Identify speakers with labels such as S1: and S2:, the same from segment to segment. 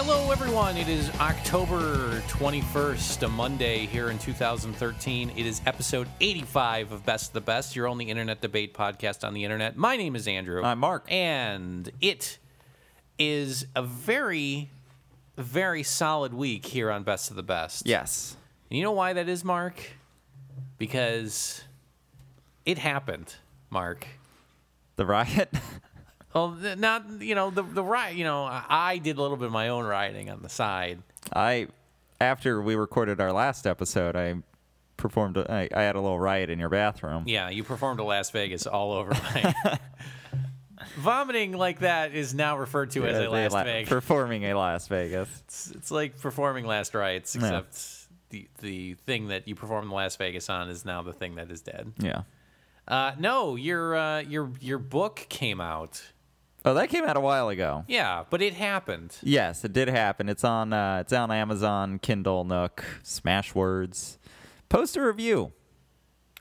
S1: everyone. It is October 21st, a Monday here in 2013. It is episode 85 of Best of the Best, your only internet debate podcast on the internet. My name is Andrew.
S2: I'm Uh, Mark.
S1: And it is a very, very solid week here on Best of the Best.
S2: Yes.
S1: You know why that is, Mark? Because it happened, Mark.
S2: The riot?
S1: Well, th- not you know the the riot. You know, I, I did a little bit of my own rioting on the side.
S2: I, after we recorded our last episode, I performed, a- I, I had a little riot in your bathroom.
S1: Yeah, you performed to Las Vegas all over my. Vomiting like that is now referred to as
S2: Uh,
S1: a
S2: they
S1: Las
S2: la-
S1: Vegas.
S2: Performing a Las Vegas.
S1: it's, it's like performing last rites, except the the thing that you performed in Las Vegas on is now the thing that is dead.
S2: Yeah.
S1: Uh, no, your uh, your your book came out.
S2: Oh, that came out a while ago.
S1: Yeah, but it happened.
S2: Yes, it did happen. It's on, uh, it's on Amazon, Kindle, Nook, Smashwords. Post a review.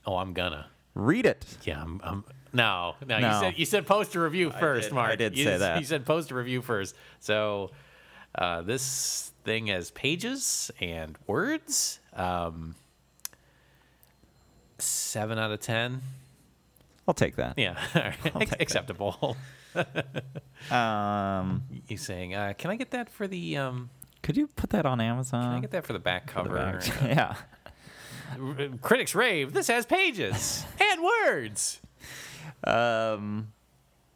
S1: Oh, I'm gonna.
S2: Read it.
S1: Yeah, I'm. I'm no, no, You
S2: No.
S1: said you said post a review first,
S2: did- I
S1: Mark.
S2: did
S1: you
S2: say that.
S1: You said post a review first. So uh, this thing has pages and words. Um, seven out of ten.
S2: I'll take that.
S1: Yeah,
S2: take that.
S1: acceptable.
S2: Um,
S1: you saying? Uh, can I get that for the? Um,
S2: could you put that on Amazon?
S1: can I get that for the back
S2: The
S1: cover?
S2: back- yeah.
S1: Uh, Critics rave. This has pages and words.
S2: Um,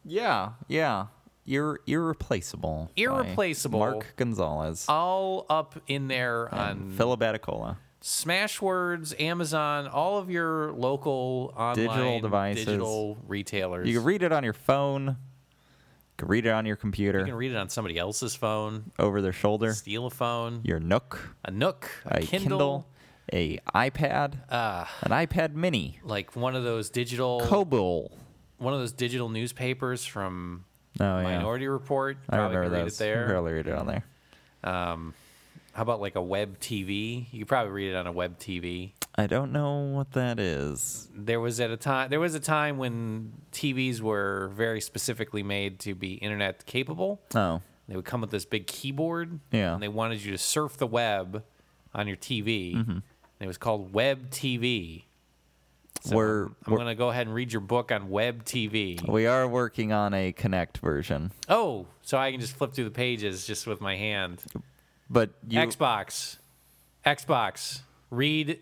S2: yeah, yeah. You're irreplaceable. by
S1: Irreplaceable.
S2: Mark Gonzalez.
S1: All up in there on
S2: and Philip Atticola.
S1: Smashwords, Amazon, all of your local online
S2: Digital devices.
S1: digital retailers.
S2: You can read it on your phone. You can read it on your computer,
S1: You can read it on somebody else's phone,
S2: over their shoulder,
S1: steal a phone,
S2: your Nook,
S1: a Nook, a,
S2: a
S1: Kindle, Uh,
S2: Kindle, a iPad, an iPad Mini,
S1: like one of those digital
S2: Kobo.
S1: one of those digital newspapers from
S2: Oh yeah,
S1: Minority Report. You
S2: I
S1: probably
S2: remember
S1: could read
S2: those.
S1: it there.
S2: I barely read it on there.
S1: How about like a web TV? You could probably read it on a web TV.
S2: I don't know what that is.
S1: there was at a time there was a time when TVs were very specifically made to be internet capable.
S2: Oh,
S1: They would come with this big keyboard.
S2: Yeah.
S1: And they wanted you to surf the web on your TV.
S2: Mm-hmm.
S1: And it was called Web TV. So
S2: We're-
S1: I'm, going to go ahead and read your book on Web TV.
S2: we are working on a Connect version,
S1: Oh, so I can just flip through the pages just with my hand.
S2: but you
S1: Xbox. Xbox. Read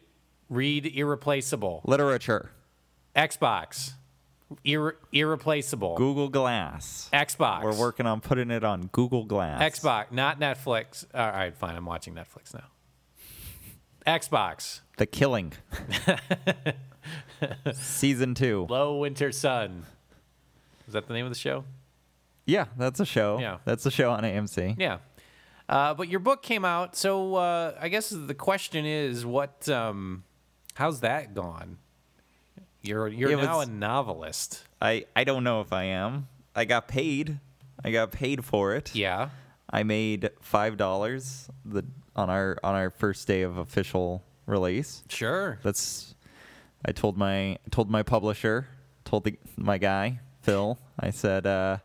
S1: read irreplaceable.
S2: literature,
S1: Xbox. Irre- irreplaceable.
S2: Google Glass.
S1: Xbox.
S2: We're working on putting it on Google Glass.
S1: Xbox, not Netflix. All right, fine. I'm watching Netflix now. Xbox,
S2: The Killing. Season two.
S1: Low Winter Sun. Is that the name of the show?
S2: Yeah, that's a show.
S1: Yeah.
S2: That's a show on AMC.
S1: Yeah. Uh, but your book came out, so uh, I guess the question is, what? Um, how's that gone? You're you're
S2: It
S1: now
S2: was-
S1: a novelist.
S2: I, I don't know if I am. I got paid. I got paid for it.
S1: Yeah.
S2: I made five dollars the on our on our first day of official release.
S1: Sure.
S2: That's I told my told my publisher, told the, my guy, Phil, I said, uh,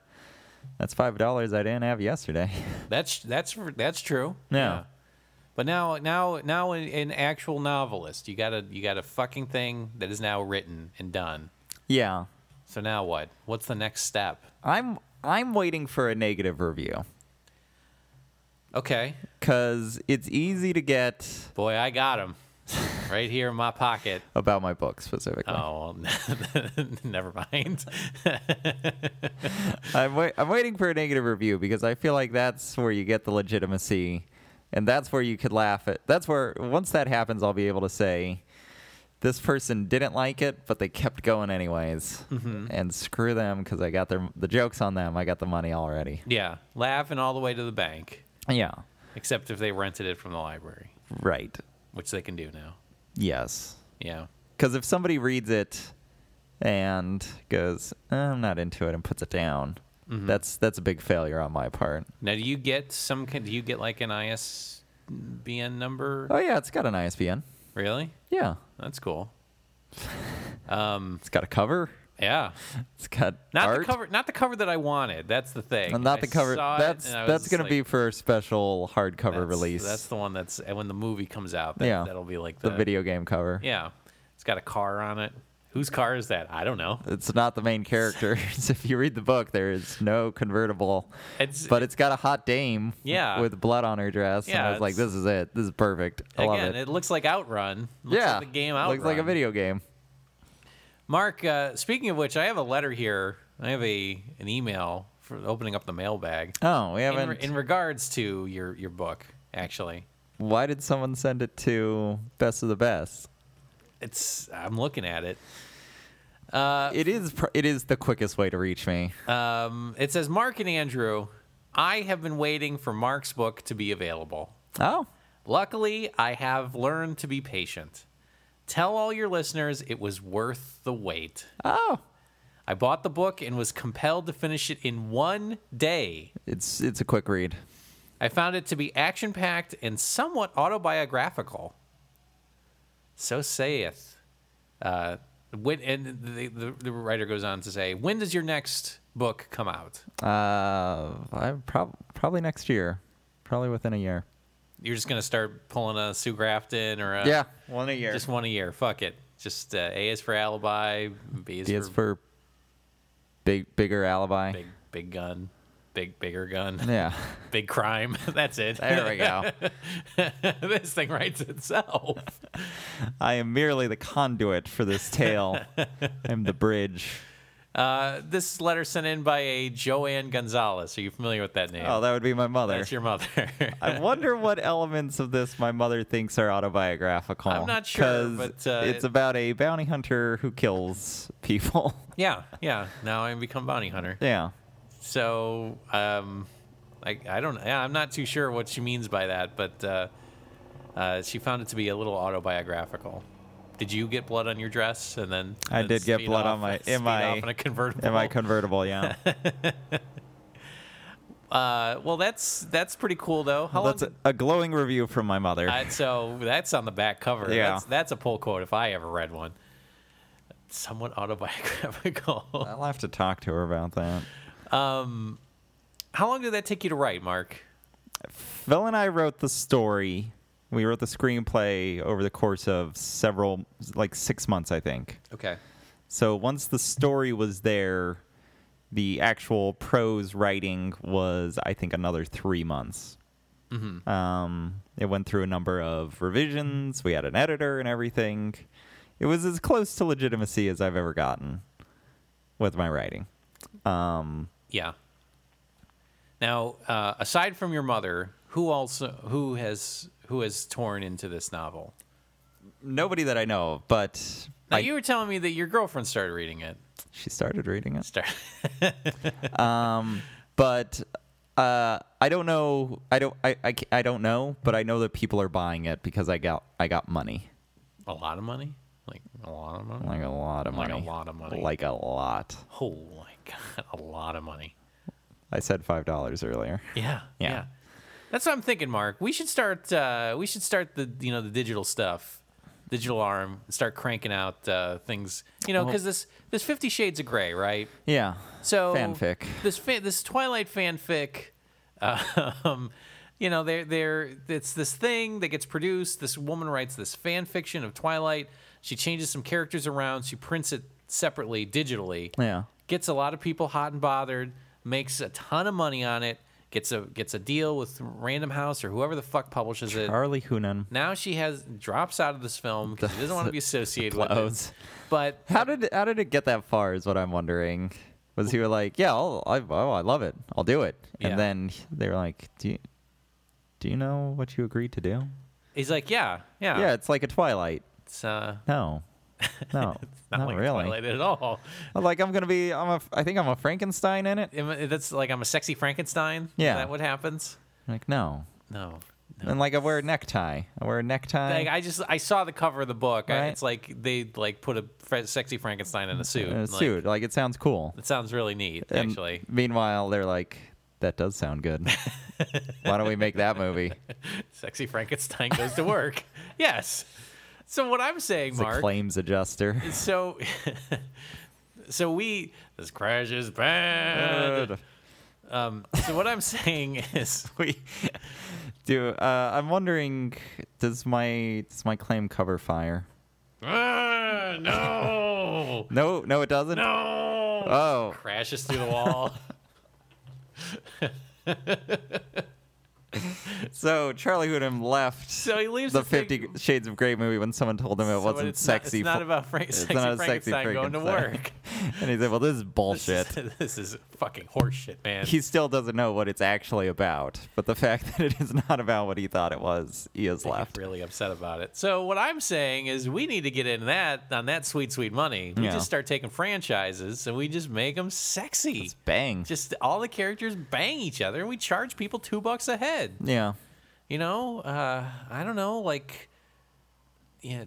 S2: that's five dollars I didn't have yesterday.
S1: That's that's that's true.
S2: Yeah.
S1: But now, now, now, an, an actual novelist. You got a you got a fucking thing that is now written and done.
S2: yeah.
S1: So now what? What's the next step?
S2: I'm I'm waiting for a negative review.
S1: Okay,
S2: because it's easy to get
S1: boy, I got him right here in my pocket.
S2: about my book specifically.
S1: Oh, well, never mind.
S2: I'm, wai- I'm waiting for a negative review because I feel like that's where you get the legitimacy, and that's where you could laugh at. That's where once that happens, I'll be able to say this person didn't like it, but they kept going anyways, and screw them because I got their the jokes on them. I got the money already.
S1: Yeah, laughing all the way to the bank,
S2: Yeah,
S1: except if they rented it from the library,
S2: right.
S1: which they can do now.
S2: Yes,
S1: Yeah,
S2: because if somebody reads it and goes, "Eh, "I'm not into it," and puts it down.
S1: Mm-hmm.
S2: That's that's a big failure on my part.
S1: Now, do you get some? kin- Do you get like an ISBN number?
S2: Oh yeah, it's got an ISBN.
S1: Really?
S2: Yeah,
S1: That's cool.
S2: it's got a cover.
S1: Um, Yeah.
S2: It's got
S1: Not
S2: art.
S1: the cover. Not the cover that I wanted. That's the thing.
S2: And not
S1: I
S2: the cover.
S1: saw it,
S2: That's
S1: and I was
S2: that's
S1: just
S2: gonna
S1: like,
S2: be for a special hardcover
S1: that's-
S2: release.
S1: That's the one that's and when the movie comes out. That,
S2: Yeah.
S1: That'll be like
S2: the
S1: the,
S2: video game cover.
S1: Yeah. It's got a car on it. Whose car is that? I don't know.
S2: It's not the main characters. if you read the book, there is no convertible.
S1: It's
S2: but it's got a hot dame
S1: Yeah.
S2: with blood on her dress. and
S1: Yeah,
S2: I was like,
S1: it's-
S2: this is it. This is perfect. I love
S1: again.
S2: it.
S1: It. looks like Outrun. Looks
S2: yeah.
S1: Like the game Outrun.
S2: Looks like a video game.
S1: Mark, uh, speaking of which, I have a letter here. I have a an email for opening up the mailbag
S2: Oh, we
S1: in,
S2: haven't.
S1: re- in regards to your your book. Actually,
S2: Why did someone send it to Best of the Best?
S1: it's I'm looking at it.
S2: it is. Pr- it is the quickest way to reach me.
S1: Um, it says Mark and Andrew. I have been waiting for Mark's book to be available.
S2: oh,
S1: Luckily, I have learned to be patient. Tell all your listeners it was worth the wait.
S2: oh,
S1: I bought the book and was compelled to finish it in one day.
S2: it's it's a quick read.
S1: I found it to be action packed and somewhat autobiographical. So saith. Uh, when, and the, the, the writer goes on to say, When does your next book come out?
S2: Uh, I prob- probably next year, probably within a year.
S1: You're just going to start pulling a Sue Grafton or a.
S2: yeah, Uh, one a year.
S1: Just one a year. Fuck it. Just uh, A is for alibi, B is,
S2: B is
S1: for
S2: for big bigger alibi.
S1: big big gun big bigger gun
S2: Yeah,
S1: big crime that's it
S2: there we go.
S1: this thing writes itself
S2: I am merely the conduit for this tale. I'm the bridge.
S1: uh, this letter sent in by a joanne gonzalez are you familiar with that name
S2: Oh, that would be my mother.
S1: that's your mother
S2: I wonder what elements of this my mother thinks are autobiographical.
S1: I'm not sure,
S2: 'cause
S1: but, uh, it-
S2: it's about a bounty hunter who kills people.
S1: yeah yeah now i'm become bounty hunter
S2: yeah,
S1: so um, I, I don't yeah, i'm not too sure what she means by that but uh, uh, she found it to be a little autobiographical did you get blood on your dress and then
S2: I
S1: then
S2: did get
S1: speed
S2: blood
S1: off-
S2: on my- in
S1: speed
S2: my-
S1: off in a convertible
S2: and my convertible. Yeah,
S1: Uh, well, that's that's pretty cool though. How
S2: that's
S1: long?
S2: a, a glowing review from my mother.
S1: uh, so that's on the back cover.
S2: Yeah.
S1: That's, that's a pull quote if I ever read one. Somewhat autobiographical.
S2: I'll have to talk to her about that.
S1: How long did that take you to write, Mark?
S2: Phil and I wrote the story. We wrote the screenplay over the course of several, like six months, I think.
S1: Okay.
S2: So once the story was there, the actual prose writing was, I think, another three months. Um, it went through a number of revisions. We had an editor and everything. It was as close to legitimacy as I've ever gotten with my writing.
S1: Yeah. Now, uh, aside from your mother, who also who has who has torn into this novel?
S2: Nobody that I know of, but
S1: Now
S2: I-
S1: you were telling me that your girlfriend started reading it.
S2: she started reading it.
S1: Start.
S2: but uh, I don't know. I don't. I, I, ca- I don't know. But I know that people are buying it because I got I got money,
S1: a lot of money, like a lot of money.
S2: like a lot of
S1: Like a
S2: money,
S1: lot of money.
S2: like a lot.
S1: Oh my god, a lot of money.
S2: I said five dollars earlier.
S1: Yeah,
S2: Yeah.
S1: yeah. That's what I'm thinking, Mark. We should start. Uh, we should start the you know the digital stuff, digital arm, and start cranking out uh, things. You know, because this this Fifty Shades of Grey, right?
S2: Yeah.
S1: So
S2: Fanfic.
S1: This fa- this Twilight fanfic. uh, Um, you know, they're, they're, it's this thing that gets produced. This woman writes this fan fiction of Twilight. She changes some characters around. She prints it separately, digitally
S2: Yeah.
S1: gets a lot of people hot and bothered, makes a ton of money on it, gets a gets a deal with Random House or whoever the fuck publishes it.
S2: Charlie Hoonan.
S1: Now she has drops out of this film because she doesn't want to be associated with
S2: Clothes.
S1: it. But
S2: How did how did it get that far? Is what I'm wondering. Was he like, yeah, I'll, I oh, I love it. I'll do it.
S1: Yeah.
S2: And then they were like, do you, do you know what you agreed to do?
S1: he's like, yeah, yeah,
S2: Yeah, it's like a Twilight.
S1: it's uh,
S2: No. No.
S1: not, like
S2: really.
S1: Twilight at all.
S2: I'm Like I'm gonna be. I'm a. I think I'm a Frankenstein in it.
S1: Am I- That's like I'm a sexy Frankenstein.
S2: Yeah.
S1: is that what happens?
S2: I'm like no.
S1: No.
S2: And like I wear a necktie. I wear a necktie.
S1: Like I just I saw the cover of the book. I,
S2: Right.
S1: it's like they like put a fre- sexy Frankenstein in a suit.
S2: and a
S1: Like,
S2: suit. Like it sounds cool.
S1: It sounds really neat,
S2: And
S1: actually.
S2: meanwhile, they're like, that does sound good. Why don't we make that movie?
S1: Sexy Frankenstein goes to work. yes. So what I'm saying,
S2: It's a
S1: Mark.
S2: claims adjuster.
S1: So So we this crash is bad. Um, so what I'm saying is,
S2: Uh. we do. Uh, I'm wondering, does my does my claim cover fire?
S1: "Ah, no,
S2: No, no, it doesn't.
S1: no,
S2: Oh,
S1: crashes through the wall.
S2: so Charlie Hunnam left
S1: So he leaves
S2: the
S1: this thing-
S2: Fifty Shades of Grey movie when someone told him it
S1: so
S2: wasn't
S1: it's not-
S2: sexy.
S1: it's not
S2: fo-
S1: about Frank,
S2: it's
S1: sexy
S2: not a sexy
S1: Frankenstein going to
S2: Frankenstein.
S1: work.
S2: and he said, "Well, this is
S1: This is-
S2: bullshit."
S1: This is fucking horseshit, man.
S2: he still doesn't know what it's actually about, but the fact that it is not about what he thought it was, he is
S1: He's
S2: left.
S1: really upset about it. So what I'm saying is, we need to get in that on that sweet, sweet money. We
S2: Yeah.
S1: just start taking franchises and we just make them sexy.
S2: Bang.
S1: Just all the characters bang each other, and we charge people two bucks a head.
S2: yeah.
S1: You know, uh, I don't know, like, yeah,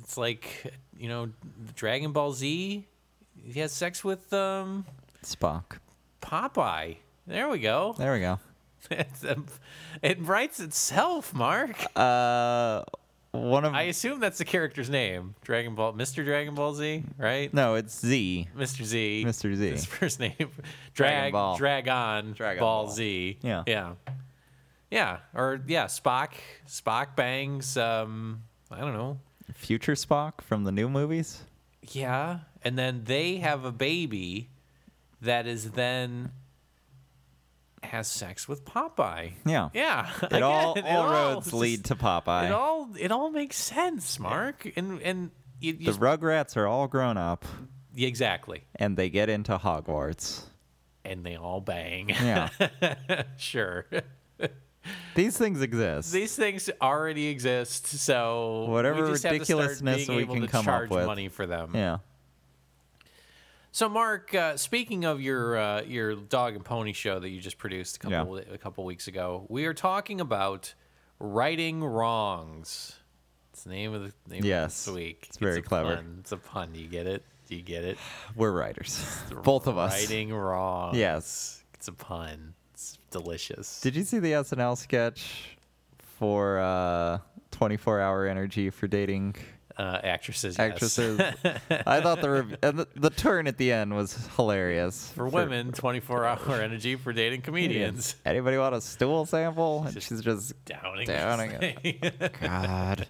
S1: it's like you know, Dragon Ball Z. He has sex with um,
S2: Spock.
S1: Popeye. There we go.
S2: There we go.
S1: It's, um, it writes itself, Mark.
S2: Uh, one of
S1: I assume that's the character's name. Dragon Ball, Mr. Dragon Ball Z, right?
S2: no, it's Z.
S1: Mr. Z.
S2: Mr. Z.
S1: His first name. Drag,
S2: Dragon Ball.
S1: Dragon,
S2: Dragon
S1: Ball,
S2: Ball.
S1: Z.
S2: Yeah.
S1: Yeah. Yeah. Or, yeah, Spock. Spock bangs, um, I don't know.
S2: Future Spock from the new movies.
S1: Yeah. And then they have a baby that is then has sex with Popeye.
S2: Yeah.
S1: Yeah.
S2: It all,
S1: Again, it
S2: all
S1: all
S2: roads
S1: just-
S2: lead to
S1: It
S2: Popeye.
S1: all it all makes sense, Mark. And and you, you
S2: The Rugrats are all grown up,
S1: Yeah, Exactly.
S2: and they get into Hogwarts.
S1: And they all bang.
S2: Yeah,
S1: sure.
S2: these things exist.
S1: These things already exist, so
S2: Whatever
S1: we just have to start
S2: ridiculousness
S1: being
S2: we
S1: able
S2: can
S1: to
S2: come up
S1: charge
S2: with.
S1: money for them.
S2: yeah.
S1: So, Mark, uh, speaking of your uh, your dog and pony show that you just produced a couple a couple weeks ago, we are talking about righting wrongs. It's the name of the name
S2: Yes.
S1: of this week.
S2: It's very
S1: a
S2: clever.
S1: Pun. It's a pun. Do you get it? Do you get it?
S2: We're writers. Both of us.
S1: Righting wrongs.
S2: Yes.
S1: It's a pun. It's delicious.
S2: Did you see the SNL sketch for uh, 24 hour energy for dating
S1: uh, actresses, yes.
S2: actresses? I thought the, rev- and the the turn at the end was hilarious.
S1: for women, 24 hour energy for dating comedians.
S2: Anybody want a stool sample? And she's just
S1: Downing,
S2: Downing
S1: it.
S2: God.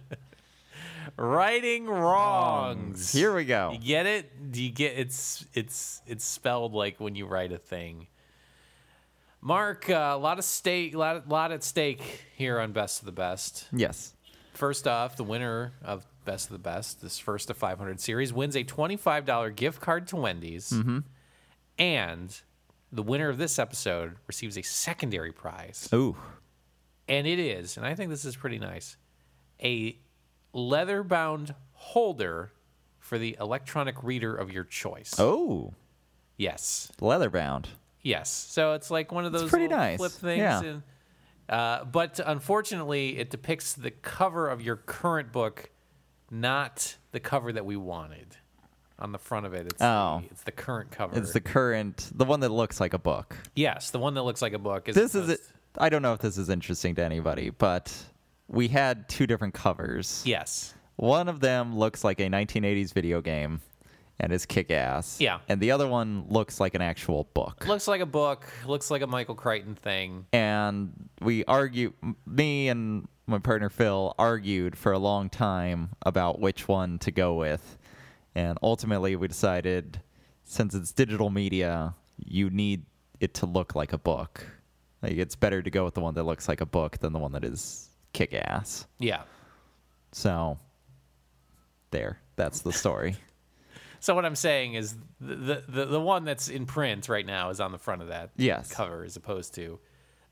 S1: righting wrongs.
S2: Um, Here we go.
S1: You get it? Do you get it's it's it's spelled like when you write a thing. Mark, uh, a lot of stake, lot, lot at stake here on Best of the Best.
S2: Yes.
S1: First off, the winner of Best of the Best, this first of 500 series, wins a $25 gift card to Wendy's.
S2: Mm-hmm.
S1: And the winner of this episode receives a secondary prize.
S2: Ooh.
S1: And it is, and I think this is pretty nice, a leather bound holder for the electronic reader of your choice.
S2: Oh.
S1: Yes.
S2: Leather bound.
S1: Yes. So it's like one of those
S2: pretty
S1: little
S2: nice.
S1: flip things.
S2: Yeah.
S1: And, uh, but unfortunately, it depicts the cover of your current book, not the cover that we wanted. On the front of it, it's,
S2: Oh.
S1: the, it's the current cover.
S2: It's the current, the one that looks like a book.
S1: yes, the one that looks like a book. Is
S2: This is it. I don't know if this is interesting to anybody, but we had two different covers.
S1: Yes.
S2: One of them looks like a 1980s video game and is kick ass.
S1: Yeah.
S2: And the other one looks like an actual book.
S1: Looks like a book. Looks like a Michael Crichton thing.
S2: and we argue, m- me and my partner Phil argued for a long time about which one to go with. And ultimately, we decided since it's digital media, you need it to look like a book. Like, it's better to go with the one that looks like a book than the one that is kick ass.
S1: Yeah.
S2: So, there. That's the story.
S1: So what I'm saying is the, the the one that's in print right now is on the front of that
S2: Yes.
S1: cover as opposed to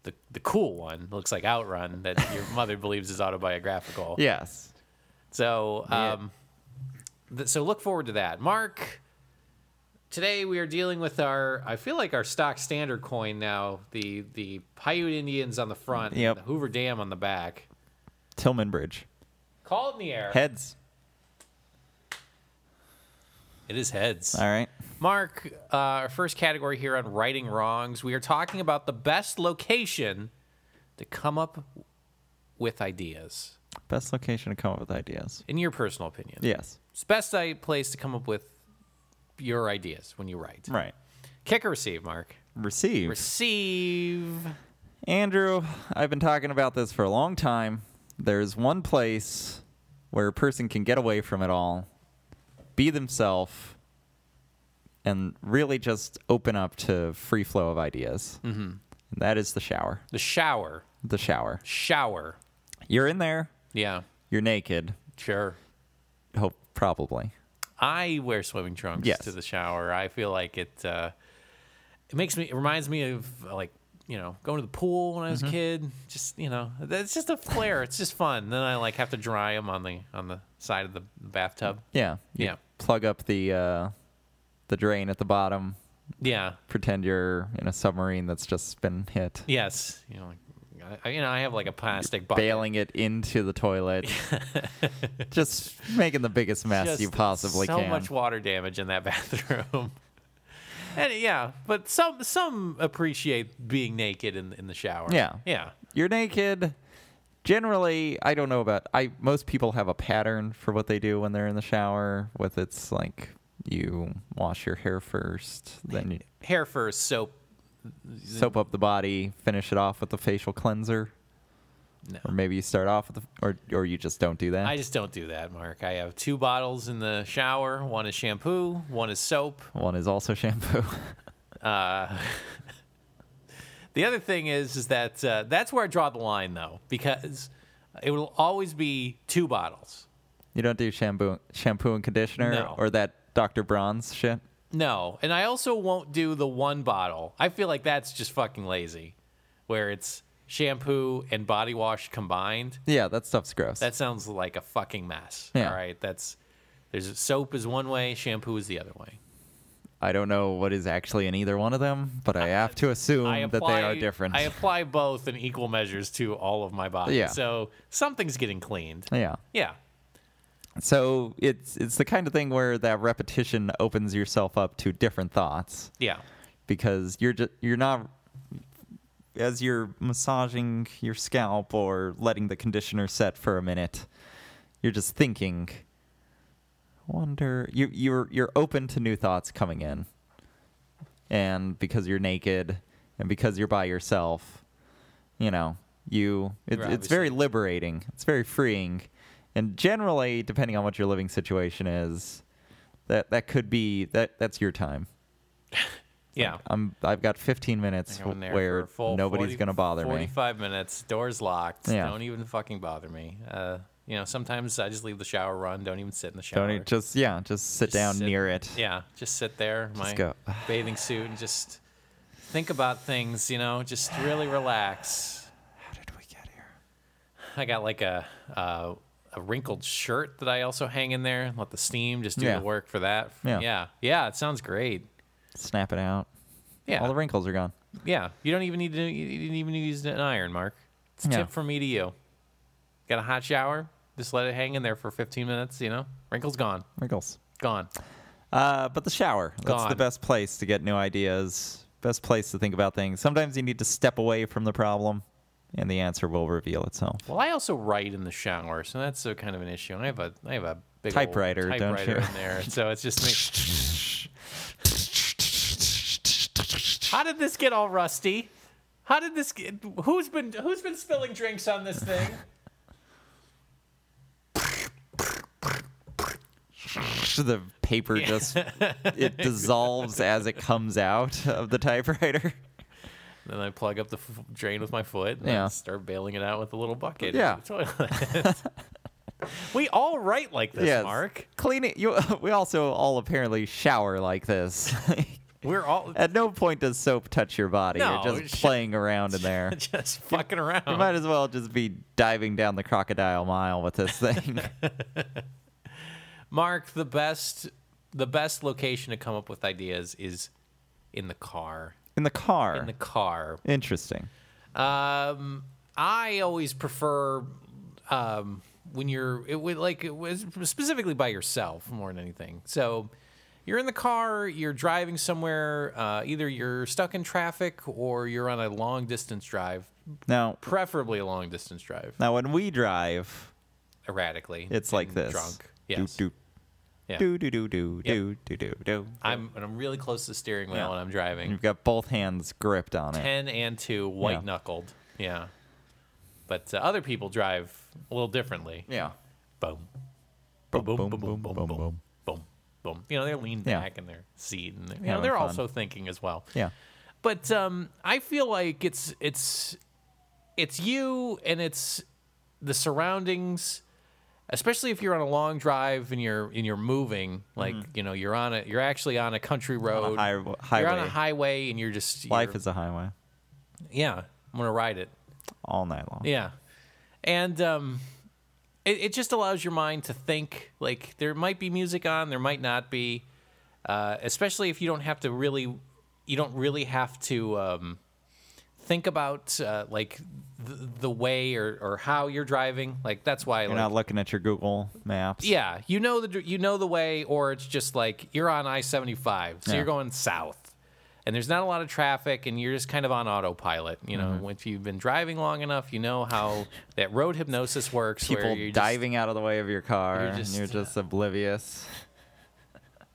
S1: the the cool one that looks like Outrun that your mother believes is autobiographical.
S2: yes.
S1: So
S2: Yeah.
S1: um th- so look forward to that. Mark Today we are dealing with our I feel like our stock standard coin now, the the Paiute Indians on the front
S2: Yep.
S1: and the Hoover Dam on the back.
S2: Tillman Bridge.
S1: Call it in the air.
S2: Heads.
S1: It is heads.
S2: All right.
S1: Mark, uh, our first category here on righting wrongs, we are talking about the best location to come up with ideas.
S2: Best location to come up with ideas.
S1: In your personal opinion,
S2: Yes.
S1: it's best I- place to come up with your ideas when you write.
S2: Right.
S1: Kick or receive, Mark?
S2: Receive.
S1: Receive.
S2: Andrew, I've been talking about this for a long time. There's one place where a person can get away from it all, be themselves, and really just open up to free flow of ideas. Mm-hmm. And that is the shower.
S1: The shower.
S2: The shower.
S1: Shower.
S2: You're in there.
S1: Yeah,
S2: You're naked.
S1: sure.
S2: Hope probably.
S1: I wear swimming trunks
S2: Yes.
S1: to the shower. I feel like it. Uh, it makes me. It reminds me of uh, like you know going to the pool when I was
S2: Mm-hmm.
S1: a kid. Just you know, it's just a flair. it's just fun. Then I like have to dry them on the on the side of the bathtub.
S2: Yeah. You
S1: Yeah.
S2: Plug up the uh, the drain at the bottom.
S1: Yeah.
S2: Pretend you're in a submarine that's just been hit.
S1: Yes. You know. Like, I, you know, I have like a plastic bucket.
S2: bailing it into the toilet. just making the biggest mess
S1: Just
S2: you possibly
S1: so
S2: can.
S1: much water damage in that bathroom. and yeah, but some some appreciate being naked in in the shower.
S2: Yeah.
S1: Yeah.
S2: You're naked. Generally, I don't know about I most people have a pattern for what they do when they're in the shower with it's like you wash your hair first, then you
S1: Hair first, soap.
S2: soap up the body, finish it off with the facial cleanser.
S1: No.
S2: Or maybe you start off with the, or or you just don't do that.
S1: I just don't do that, Mark. I have two bottles in the shower. One is shampoo. One is soap.
S2: One is also shampoo.
S1: The other thing is, is that uh, that's where I draw the line, though, because it will always be two bottles.
S2: you don't do shampoo shampoo and conditioner
S1: No.
S2: or that Dr. Bronze shit.
S1: No, and I also won't do the one bottle. I feel like that's just fucking lazy, where it's shampoo and body wash combined.
S2: Yeah, that stuff's gross.
S1: That sounds like a fucking mess.
S2: Yeah.
S1: All right, that's there's soap is one way, shampoo is the other way.
S2: I don't know what is actually in either one of them, but I have to assume
S1: I
S2: that they are different.
S1: I apply both in equal measures to all of my body.
S2: Yeah.
S1: So something's getting cleaned.
S2: yeah.
S1: Yeah.
S2: So it's it's the kind of thing where that repetition opens yourself up to different thoughts
S1: Yeah.
S2: because you're just you're not as you're massaging your scalp or letting the conditioner set for a minute, you're just thinking wonder you you're you're open to new thoughts coming in. And because you're naked and because you're by yourself, you know, you it,
S1: Right,
S2: it's very liberating. It's very freeing. And generally, depending on what your living situation is, that that could be that that's your time.
S1: Yeah.
S2: I'm I've got 15 minutes
S1: Going there for
S2: where
S1: a full
S2: nobody's
S1: 40
S2: gonna bother me.
S1: 45 minutes, doors locked.
S2: Yeah.
S1: Don't even fucking bother me. Uh, you know, sometimes I just leave the shower run. Don't even sit in the shower.
S2: Don't e- just yeah, just sit down
S1: sit-
S2: near it.
S1: yeah, just sit there, my
S2: go.
S1: bathing suit, and just think about things. You know, just really relax.
S2: How did we get here?
S1: I got like a uh, a wrinkled shirt that I also hang in there. Let the steam just do
S2: Yeah.
S1: the work for that.
S2: Yeah.
S1: yeah, yeah. It sounds great.
S2: Snap it out.
S1: Yeah,
S2: All the wrinkles are gone.
S1: yeah. You don't even need to. You didn't even use an iron, Mark. It's a
S2: Yeah.
S1: tip from me to you. Got a hot shower. Just let it hang in there for 15 minutes. You know, wrinkles gone,
S2: Wrinkles.
S1: gone.
S2: Uh, but the shower. That's the
S1: Gone.
S2: best place to get new ideas. Best place to think about things. Sometimes you need to step away from the problem, and the answer will reveal itself.
S1: Well, I also write in the shower, so that's a kind of an issue. I have a I have a big old
S2: Typewriter, don't
S1: typewriter
S2: you?
S1: in there, so it's just me. How did this get all rusty? How did this get? Who's been who's been spilling drinks on this thing?
S2: The paper just it dissolves as it comes out of the typewriter.
S1: Then I plug up the f- drain with my foot and
S2: Yeah.
S1: I start bailing it out with a little bucket.
S2: Yeah.
S1: into the toilet. we all write like this,
S2: Yes.
S1: Mark.
S2: Cleaning. You. We also all apparently shower like this.
S1: We're all
S2: At no point does soap touch your body.
S1: No, it's
S2: You're just
S1: just-
S2: playing around in there.
S1: just fucking around.
S2: You might as well just be diving down the crocodile mile with this thing.
S1: Mark, the best the best location to come up with ideas is in the car.
S2: In the car.
S1: In the car.
S2: Interesting.
S1: Um, I always prefer um, when you're it, would- like it was specifically by yourself more than anything. So you're in the car, you're driving somewhere, uh, either you're stuck in traffic or you're on a long distance drive,
S2: Now,
S1: preferably a long distance drive,
S2: now when we drive,
S1: erratically.
S2: it's like
S1: and
S2: this.
S1: Drunk.
S2: Doot,
S1: Yes.
S2: doot.
S1: Yeah.
S2: Do do do do do do do do.
S1: I'm and I'm really close to the steering wheel
S2: Yeah.
S1: when I'm driving.
S2: You've got both hands gripped on it.
S1: Ten and two, white
S2: Yeah.
S1: knuckled. Yeah. But uh, other people drive a little differently.
S2: Yeah.
S1: Boom.
S2: Boom,
S1: boom, boom,
S2: boom,
S1: boom, boom, boom, boom, boom, You know, they're leaned
S2: Yeah.
S1: back in their seat, and they're, you know,
S2: Having
S1: they're
S2: fun.
S1: also thinking as well.
S2: Yeah.
S1: But um, I feel like it's it's it's you and it's the surroundings, especially if you're on a long drive and you're and you're moving.
S2: Mm-hmm.
S1: Like you know, you're on a you're actually on a country road,
S2: high-
S1: you're on a
S2: highway.
S1: highway, and you're just
S2: Life
S1: you're-
S2: is a highway
S1: yeah. I'm gonna ride it.
S2: all night long.
S1: Yeah. And um, it, it just allows your mind to think. Like, there might be music on, there might not be. Uh, especially if you don't have to really, you don't really have to um, think about uh, like the, the way or, or how you're driving. Like that's why
S2: You're
S1: like
S2: not looking at your Google Maps.
S1: yeah, you know the you know the way, or it's just like you're on I seventy five, so
S2: Yeah.
S1: you're going south, and there's not a lot of traffic, and you're just kind of on autopilot. You know,
S2: Mm-hmm.
S1: if you've been driving long enough, you know how that road hypnosis works. where
S2: People
S1: you're just-
S2: diving out of the way of your car.
S1: you're
S2: and
S1: just-
S2: you're just oblivious.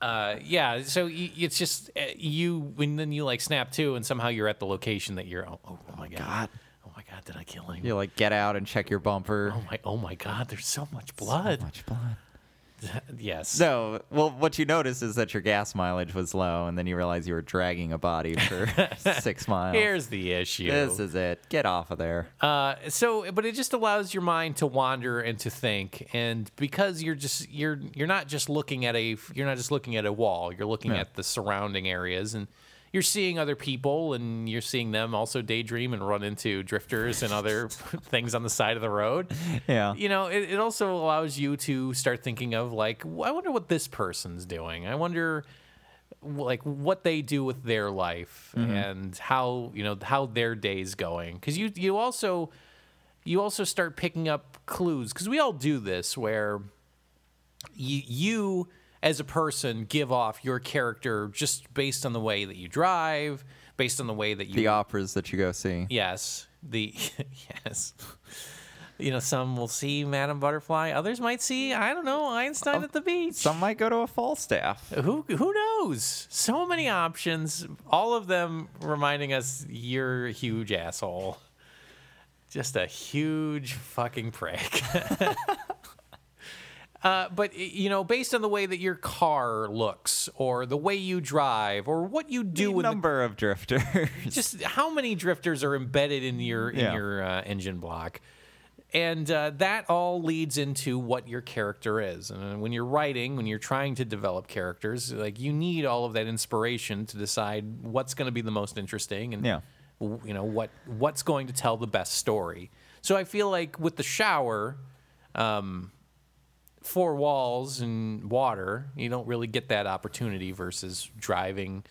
S1: uh, yeah. So y- it's just uh, you, and then you like snap to, and somehow you're at the location that you're. Oh, oh, oh my god. Oh my god! Did I kill him?
S2: You like get out and check your bumper.
S1: Oh my! Oh my god! There's so much blood.
S2: So much blood.
S1: yes.
S2: So, well, what you notice is that your gas mileage was low, and then you realize you were dragging a body for six miles.
S1: Here's the issue.
S2: this is it. Get off of there.
S1: Uh, so, but it just allows your mind to wander and to think, and because you're just you're you're not just looking at a you're not just looking at a wall. You're looking
S2: Yeah.
S1: at the surrounding areas, and you're seeing other people, and you're seeing them also daydream and run into drifters and other things on the side of the road.
S2: Yeah.
S1: You know, it, it also allows you to start thinking of like, "Well, I wonder what this person's doing. I wonder like what they do with their life and how you know how their day's going because you you also you also start picking up clues because we all do this where you, you as a person give off your character just based on the way that you drive based on the way that you
S2: The operas that you go see.
S1: Yes. The yes. You know, some will see Madame Butterfly. Others might see, I don't know, Einstein at the beach.
S2: Some might go to a Falstaff.
S1: who who knows? So many options. All of them reminding us you're a huge asshole. Just a huge fucking prick. Uh, but y- you know, based on the way that your car looks, or the way you drive, or what you do
S2: The
S1: in the
S2: number of drifters.
S1: just how many drifters are embedded in your in
S2: Yeah.
S1: your uh, engine block and uh, that all leads into what your character is and uh, when you're writing when you're trying to develop characters like you need all of that inspiration to decide what's going to be the most interesting and
S2: Yeah.
S1: w- you know what what's going to tell the best story so i feel like with the shower four walls and water, you don't really get that opportunity versus driving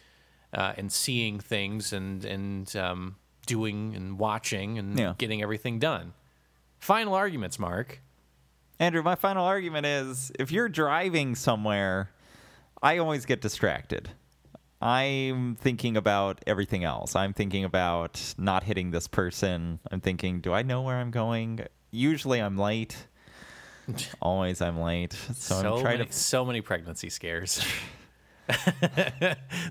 S1: uh, and seeing things and and um, doing and watching and
S2: Yeah.
S1: getting everything done. Final arguments, Mark.
S2: Andrew, my final argument is if you're driving somewhere, I always get distracted. I'm thinking about everything else. I'm thinking about not hitting this person. I'm thinking, do I know where I'm going? Usually I'm late. Always I'm late. So,
S1: so
S2: I'm trying
S1: many,
S2: to
S1: so many pregnancy scares.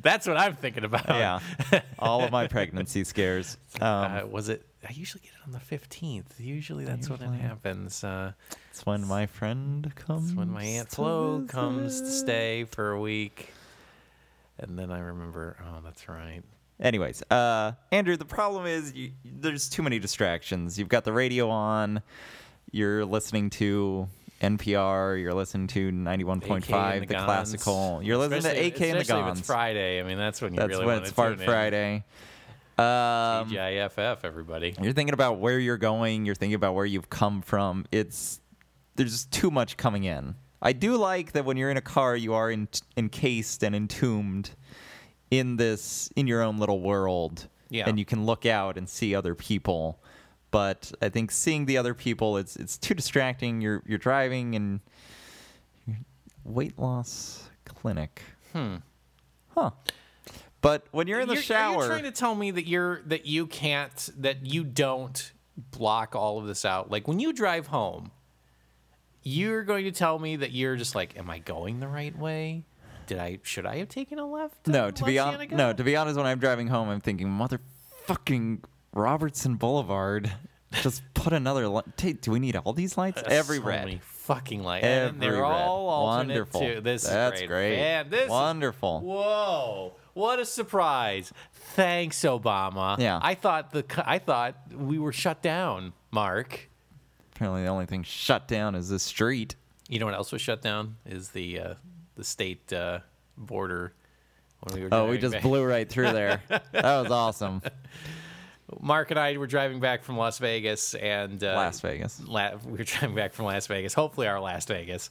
S1: That's what I'm thinking about.
S2: yeah, all of my pregnancy scares. Um,
S1: Uh, was it? I usually get it on the fifteenth. Usually that's when it
S2: Usually.
S1: happens. Uh,
S2: it's when my friend comes.
S1: It's when my aunt
S2: to
S1: Flo
S2: visit.
S1: comes to stay for a week, and then I remember. Oh, that's right.
S2: Anyways, uh, Andrew, the problem is you, there's too many distractions. You've got the radio on, you're listening to NPR, you're listening to
S1: AK
S2: 91.5,
S1: and
S2: the,
S1: Gons.
S2: classical, you're listening
S1: Especially-
S2: to AK and the
S1: especially if
S2: Gons.
S1: it's Friday. I mean, that's when you
S2: That's
S1: really
S2: when
S1: want
S2: it's
S1: to
S2: Fart
S1: tune E
S2: Friday.
S1: In.
S2: Um,
S1: TGIFF, everybody.
S2: you're thinking about where you're going, you're thinking about where you've come from. It's there's too much coming in. I do like that when you're in a car, you are in, encased and entombed in this in your own little world,
S1: Yeah.
S2: and you can look out and see other people. But I think seeing the other people, it's it's too distracting. You're you're driving and weight loss clinic. Hmm. Huh. But when you're in the
S1: You're-
S2: shower,
S1: Are you trying to tell me that you're that you can't that you don't block all of this out? Like when you drive home, you're going to tell me that you're just like, am I going the right way? Did I should I have taken a left?
S2: No,
S1: in
S2: to be
S1: Lanciana
S2: honest,
S1: Go?
S2: no, to be honest, when I'm driving home, I'm thinking, motherfucking Robertson Boulevard. Just put another light. do we need all these lights?
S1: That's
S2: Every
S1: so
S2: red.
S1: many fucking light. and
S2: Every
S1: they're
S2: red.
S1: all alternate
S2: Wonderful.
S1: too. This
S2: That's
S1: is great.
S2: great.
S1: Man, this is-
S2: Wonderful.
S1: whoa. What a surprise. Thanks, Obama.
S2: Yeah.
S1: I thought the co- I thought we were shut down, Mark.
S2: Apparently, the only thing shut down is the street.
S1: You know what else was shut down? Is the uh, the state uh, border when we were
S2: Oh, we
S1: driving
S2: just
S1: back.
S2: blew right through there. that was awesome.
S1: Mark and I were driving back from Las Vegas and uh,
S2: Las Vegas.
S1: La- we were driving back from Las Vegas, hopefully our Las Vegas.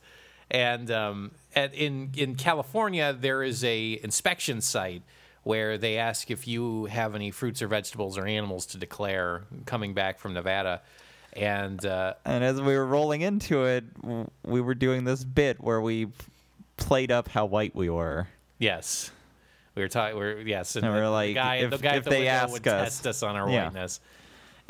S1: And um, at, in in California, there is a inspection site where they ask if you have any fruits or vegetables or animals to declare coming back from Nevada. And uh,
S2: And as we were rolling into it, w- we were doing this bit where we played up how white we were.
S1: yes, we were talking. We are yes, and,
S2: And we were
S1: the
S2: like,
S1: guy,
S2: if-
S1: the guy
S2: if
S1: at the
S2: they
S1: window
S2: ask
S1: would
S2: us.
S1: test us on our
S2: Yeah.
S1: whiteness.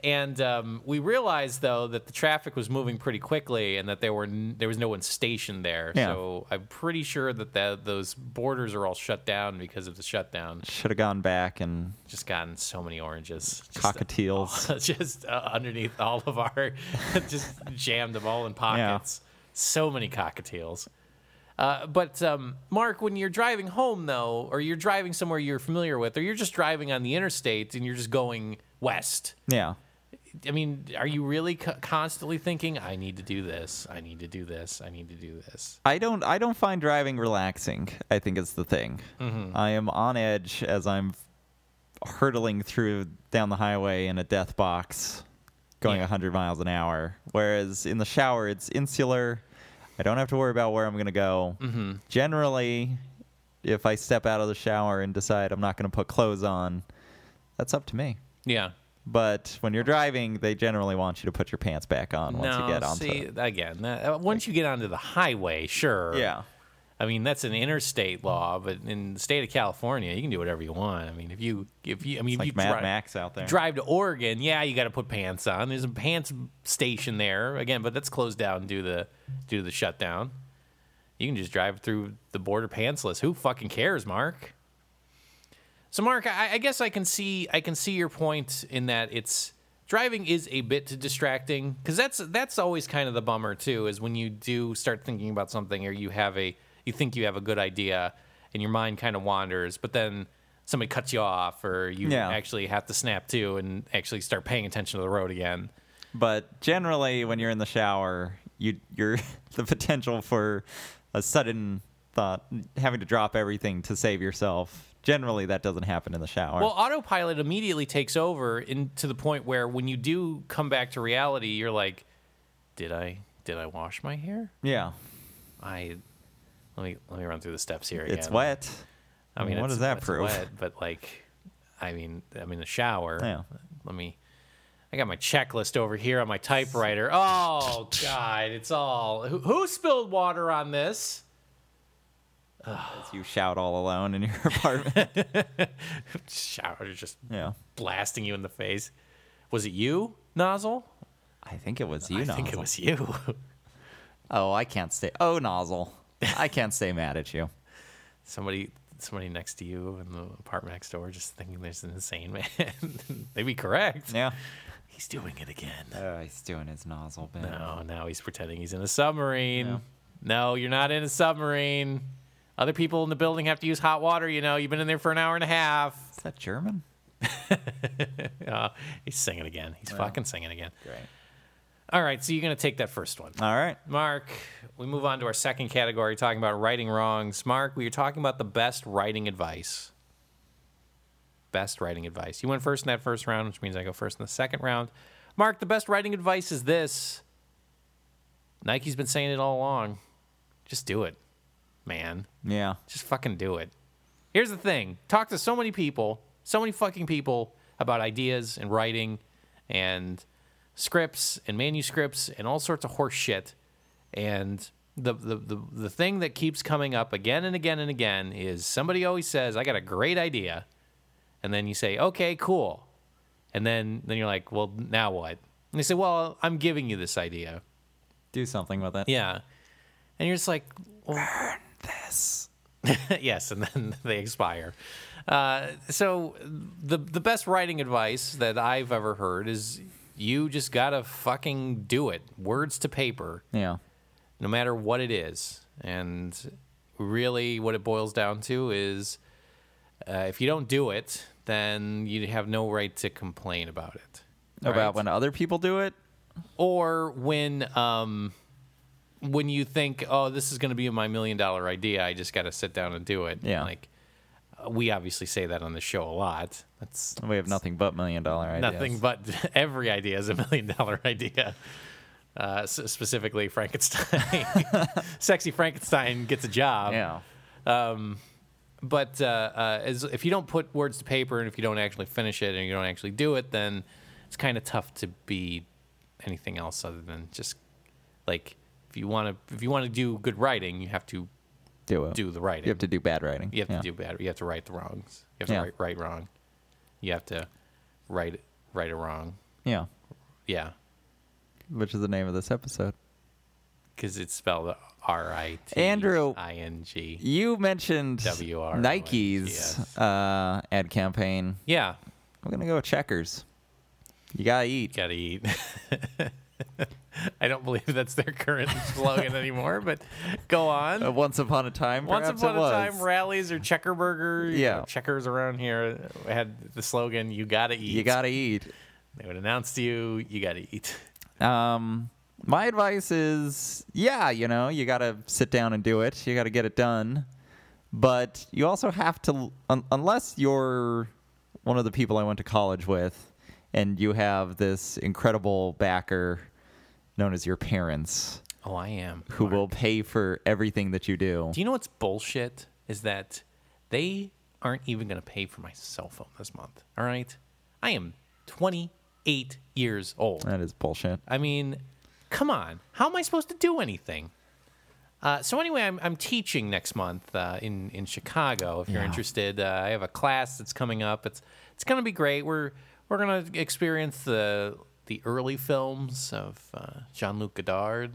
S1: And um, we realized though that the traffic was moving pretty quickly, and that there were n- there was no one stationed there.
S2: Yeah.
S1: So I'm pretty sure that the, those borders are all shut down because of the shutdown.
S2: Should have gone back and
S1: Just gotten so many oranges, just,
S2: cockatiels.
S1: just uh, underneath all of our, just jammed them all in pockets. So many cockatiels. Uh, but um, Mark, when you're driving home though, or you're driving somewhere you're familiar with, or you're just driving on the interstate and you're just going west.
S2: Yeah.
S1: I mean, are you really co- constantly thinking, I need to do this, I need to do this, I need to do this?
S2: I don't I don't find driving relaxing. I think is the thing.
S1: Mm-hmm.
S2: I am on edge as I'm hurtling through down the highway in a death box going
S1: Yeah.
S2: 100 miles an hour whereas in the shower it's insular. I don't have to worry about where I'm going to go.
S1: Mm-hmm.
S2: Generally, if I step out of the shower and decide I'm not going to put clothes on, that's up to me.
S1: Yeah.
S2: But when you're driving, they generally want you to put your pants back on once
S1: no,
S2: you get onto
S1: see,
S2: it.
S1: again, uh, once you get onto the highway, sure.
S2: Yeah.
S1: I mean, that's an interstate law, but in the state of California, you can do whatever you want. I mean, if you, if you, I mean, if you
S2: Like Mad
S1: drive,
S2: Max out there.
S1: drive to Oregon, yeah, you got to put pants on. There's a pants station there again, but that's closed down due to the due to the shutdown. You can just drive through the border pantsless. Who fucking cares, Mark? So, Mark, I, I guess I can see I can see your point in that it's driving is a bit distracting because that's that's always kind of the bummer too is when you do start thinking about something or you have a you think you have a good idea and your mind kind of wanders, but then somebody cuts you off or you
S2: Yeah.
S1: actually have to snap to and actually start paying attention to the road again.
S2: But generally, when you're in the shower, you you're the potential for a sudden thought, having to drop everything to save yourself. Generally, that doesn't happen in the shower.
S1: Well, autopilot immediately takes over in, to the point where when you do come back to reality, you're like, did I did I wash my hair?
S2: yeah,
S1: I let me let me run through the steps here.
S2: it's
S1: again.
S2: wet.
S1: I mean,
S2: what
S1: it's-
S2: does that
S1: it's
S2: prove?
S1: wet, but like, I mean, I'm in the shower.
S2: Yeah.
S1: Let me. I got my checklist over here on my typewriter. Oh God, it's all who, who spilled water on this?
S2: As you shout all alone in your apartment.
S1: Shower just
S2: yeah,
S1: blasting you in the face. Was it you, nozzle?
S2: I think it was you.
S1: I
S2: nozzle.
S1: think it was you.
S2: Oh, I can't stay. Oh, nozzle. I can't stay mad at you.
S1: somebody somebody next to you in the apartment next door just thinking there's an insane man. They'd be correct.
S2: Yeah.
S1: He's doing it again.
S2: Oh, he's doing his nozzle bit.
S1: No, now he's pretending he's in a submarine. No, you're not in a submarine. Other people in the building have to use hot water, you know. You've been in there for an hour and a half.
S2: Is that German?
S1: Uh, he's singing again. He's fucking singing again.
S2: Great.
S1: All right, so you're going to take that first one.
S2: All right.
S1: Mark, we move on to our second category, talking about righting wrongs. Mark, we are talking about the best writing advice. Best writing advice. You went first in that first round, which means I go first in the second round. Mark, the best writing advice is this Nike's been saying it all along. Just do it, man.
S2: Yeah.
S1: Just fucking do it. Here's the thing talk to so many people, so many fucking people about ideas and writing and scripts and manuscripts and all sorts of horse shit. And the, the, the, the thing that keeps coming up again and again and again is somebody always says, I got a great idea. And then you say, okay, cool. And then, then you're like, well, now what? And they say, well, I'm giving you this idea
S2: do something with it.
S1: Yeah. And you're just like, earn this. yes, and then they expire. Uh, so the the best writing advice that I've ever heard is you just gotta fucking do it. Words to paper,
S2: Yeah.
S1: no matter what it is. And really, what it boils down to is, uh, if you don't do it, then you have no right to complain about it.
S2: About when other people do it.
S1: or when um when you think oh this is going to be my million dollar idea i just got to sit down and do it
S2: Yeah.
S1: like uh, we obviously say that on the show a lot that's
S2: We have nothing but million dollar ideas.
S1: nothing but every idea is a million dollar idea uh, s- specifically frankenstein sexy frankenstein gets a job
S2: Yeah.
S1: but uh, uh, as, if you don't put words to paper and if you don't actually finish it and you don't actually do it, then it's kind of tough to be anything else other than just like if you want to if you want to do good writing, you have to
S2: Do it.
S1: do the writing.
S2: You have to do bad writing.
S1: You have
S2: Yeah.
S1: to do bad. You have to right the wrongs. You have to
S2: Yeah.
S1: right, right wrong. You have to right right a wrong.
S2: Yeah.
S1: Yeah,
S2: Which is the name of this episode.
S1: because it's spelled R I T
S2: Andrew.
S1: I N G.
S2: You mentioned
S1: WR, E
S2: Nike's
S1: yes.
S2: uh, ad campaign.
S1: Yeah,
S2: I'm gonna go with Checkers. You gotta eat.
S1: gotta eat. I don't believe that's their current slogan anymore, but go on.
S2: Uh, once upon a time,
S1: Once
S2: perhaps
S1: upon
S2: it
S1: a
S2: was.
S1: time, rallies or checker burger, you
S2: Yeah.
S1: know, checkers around here had the slogan "You gotta eat."
S2: you gotta eat.
S1: They would announce to you, "You gotta eat."
S2: Um, my advice is, yeah, you know, you gotta sit down and do it. You gotta get it done. But you also have to, un- unless you're one of the people I went to college with, and you have this incredible backer known as your parents
S1: Oh, I am.
S2: who will pay for everything that you do.
S1: Do you know what's bullshit? Is that they aren't even gonna pay for my cell phone this month. All right, I am 28 years old.
S2: That is bullshit.
S1: I mean, come on. How am I supposed to do anything? Uh, so anyway, I'm, I'm teaching next month uh, in in Chicago. If you're interested, uh, I have a class that's coming up. It's it's gonna be great. We're we're gonna experience the the early films of uh, Jean Luc Godard.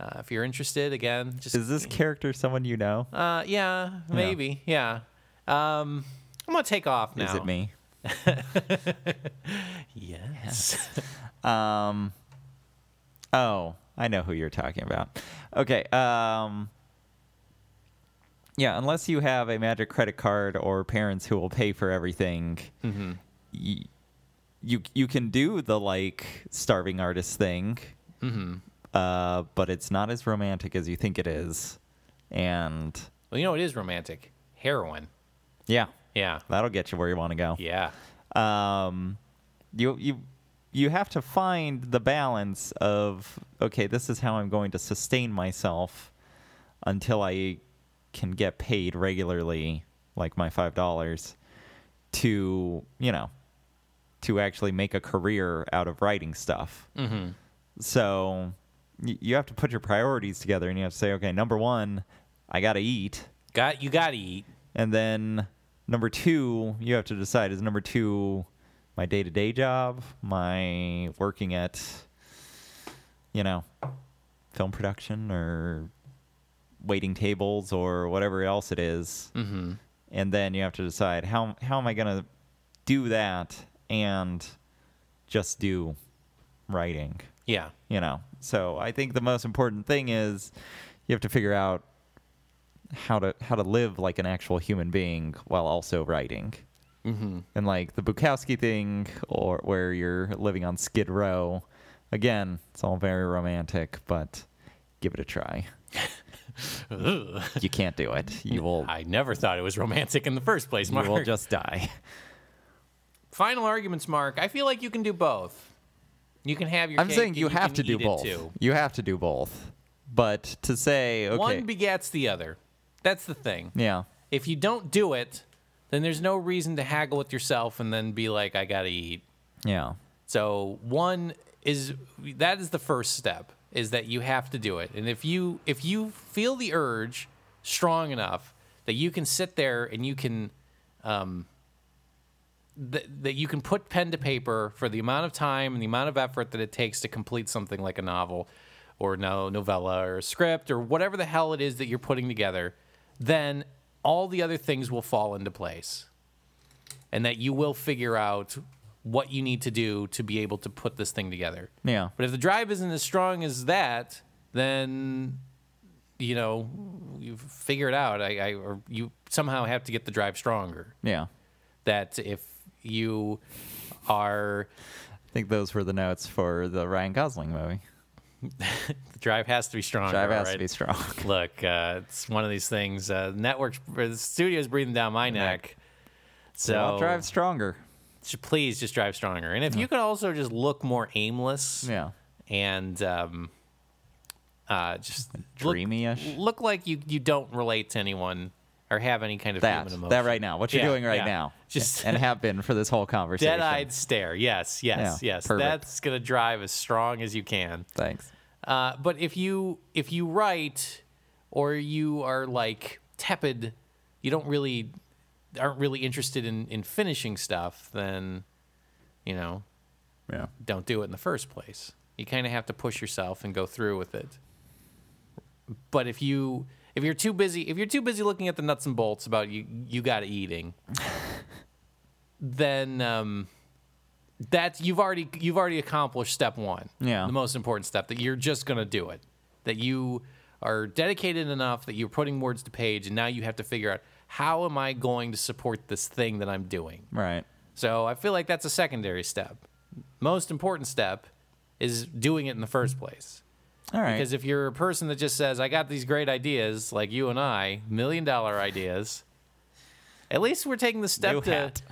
S1: Uh, if you're interested, again, just
S2: Is this character someone you know?
S1: uh, yeah, maybe, yeah. Um, I'm gonna take off now.
S2: Is it me?
S1: Yes.
S2: Um, oh, I know who you're talking about. Okay. Um, yeah, unless you have a magic credit card or parents who will pay for everything, y- you you can do the like starving artist thing, uh, but it's not as romantic as you think it is, and
S1: well, you know it is romantic. Heroin.
S2: yeah,
S1: Yeah.
S2: that'll get you where you want to go.
S1: Yeah.
S2: um, you you you have to find the balance of okay, this is how I'm going to sustain myself until I can get paid regularly, like my five dollars, to you know, to actually make a career out of writing stuff. Mm-hmm. So y- you have to put your priorities together, and you have to say, okay, number one, I got to eat.
S1: Got you. Got to eat.
S2: And then number two, you have to decide is number two my day to day job, my working at, you know, film production or waiting tables or whatever else it is. Mm-hmm. And then you have to decide how, how am I going to do that and just do writing?
S1: Yeah.
S2: you know so i think the most important thing is you have to figure out how to how to live like an actual human being while also writing mm-hmm. and like the bukowski thing or where you're living on skid row again it's all very romantic but give it a try you can't do it you will
S1: I never thought it was romantic in the first place,
S2: you
S1: Mark.
S2: will just die
S1: Final arguments, Mark. I feel like you can do both. You can have your.
S2: i'm
S1: cake
S2: saying
S1: and
S2: you have
S1: can
S2: to do
S1: eat it
S2: both
S1: too.
S2: you have to do both but to say okay
S1: One begets the other. That's the thing.
S2: yeah
S1: If you don't do it, then there's no reason to haggle with yourself and then be like, "I gotta eat."
S2: yeah
S1: So one is that is the first step is that you have to do it. And if you if you feel the urge strong enough that you can sit there and you can um that, that you can put pen to paper for the amount of time and the amount of effort that it takes to complete something like a novel or no novella or script or whatever the hell it is that you're putting together, then all the other things will fall into place. And that you will figure out what you need to do to be able to put this thing together.
S2: Yeah.
S1: But if the drive isn't as strong as that, then you know you figure it out. I, I or you somehow have to get the drive stronger.
S2: Yeah.
S1: That if you are
S2: I think those were the notes for the Ryan Gosling movie.
S1: the drive has to be stronger.
S2: Drive has to
S1: right?
S2: be strong.
S1: Look, uh, it's one of these things. Uh, networks, or the studio's breathing down my neck. So
S2: Well, drive stronger.
S1: just- please just drive stronger. And if you could also just look more aimless
S2: Yeah.
S1: and um, uh, just look-
S2: Dreamy-ish?
S1: Look, like you, you don't relate to anyone or have any kind of
S2: That.
S1: human emotion.
S2: That right now. What you're
S1: Yeah,
S2: doing right
S1: yeah.
S2: now.
S1: Just-
S2: and have been for this whole conversation.
S1: Dead eyed stare. Yes, yes,
S2: Yeah,
S1: yes.
S2: perfect.
S1: That's going to drive as strong as you can.
S2: Thanks.
S1: Uh, but if you if you write or you are like tepid, you don't really aren't really interested in in finishing stuff, then you know
S2: Yeah.
S1: don't do it in the first place. You kind of have to push yourself and go through with it. But if you if you're too busy if you're too busy looking at the nuts and bolts about you you got to eating, then um, that's you've already you've already accomplished step one.
S2: Yeah.
S1: the most important step that you're just gonna do it. That you are dedicated enough that you're putting words to page, and now you have to figure out how am I going to support this thing that I'm doing.
S2: Right.
S1: So I feel like that's a secondary step. Most important step is doing it in the first place.
S2: All right.
S1: Because if you're a person that just says, I got these great ideas, like you and I, million dollar ideas, at least we're taking the step
S2: new
S1: to
S2: hat.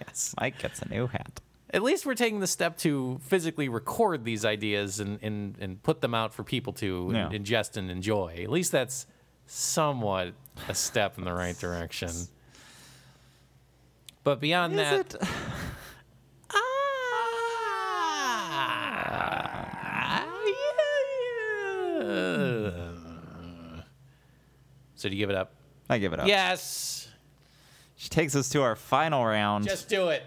S1: yes.
S2: Mike gets a new hat.
S1: At least we're taking the step to physically record these ideas and, and, and put them out for people to
S2: Yeah.
S1: ingest and enjoy. At least that's somewhat a step in the right direction. But beyond that Ah!
S2: Is it?
S1: Hmm. So do you give it up?
S2: I give
S1: Oh.
S2: it up.
S1: Yes.
S2: She takes us to our final round. Just,
S1: Just do it.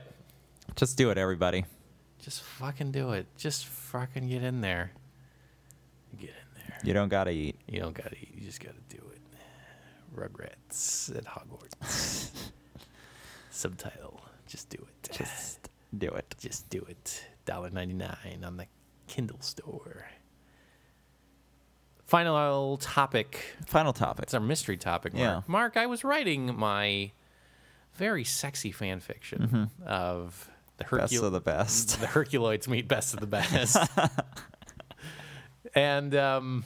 S2: do it, everybody.
S1: Just fucking do it. Just fucking get in there. Get in there.
S2: You don't gotta eat.
S1: You don't gotta eat. You just gotta do it. Rugrats at Hogwarts. Subtitle. Just do it.
S2: Just do it.
S1: Just do it. $1.99 on the Kindle store. Final topic.
S2: Final topic.
S1: It's our mystery topic, Mark.
S2: Yeah.
S1: Mark, I was writing my very sexy fan fiction of the
S2: Mm-hmm. Best
S1: Hercule
S2: of the best.
S1: the Herculoids meet best of the best. and um,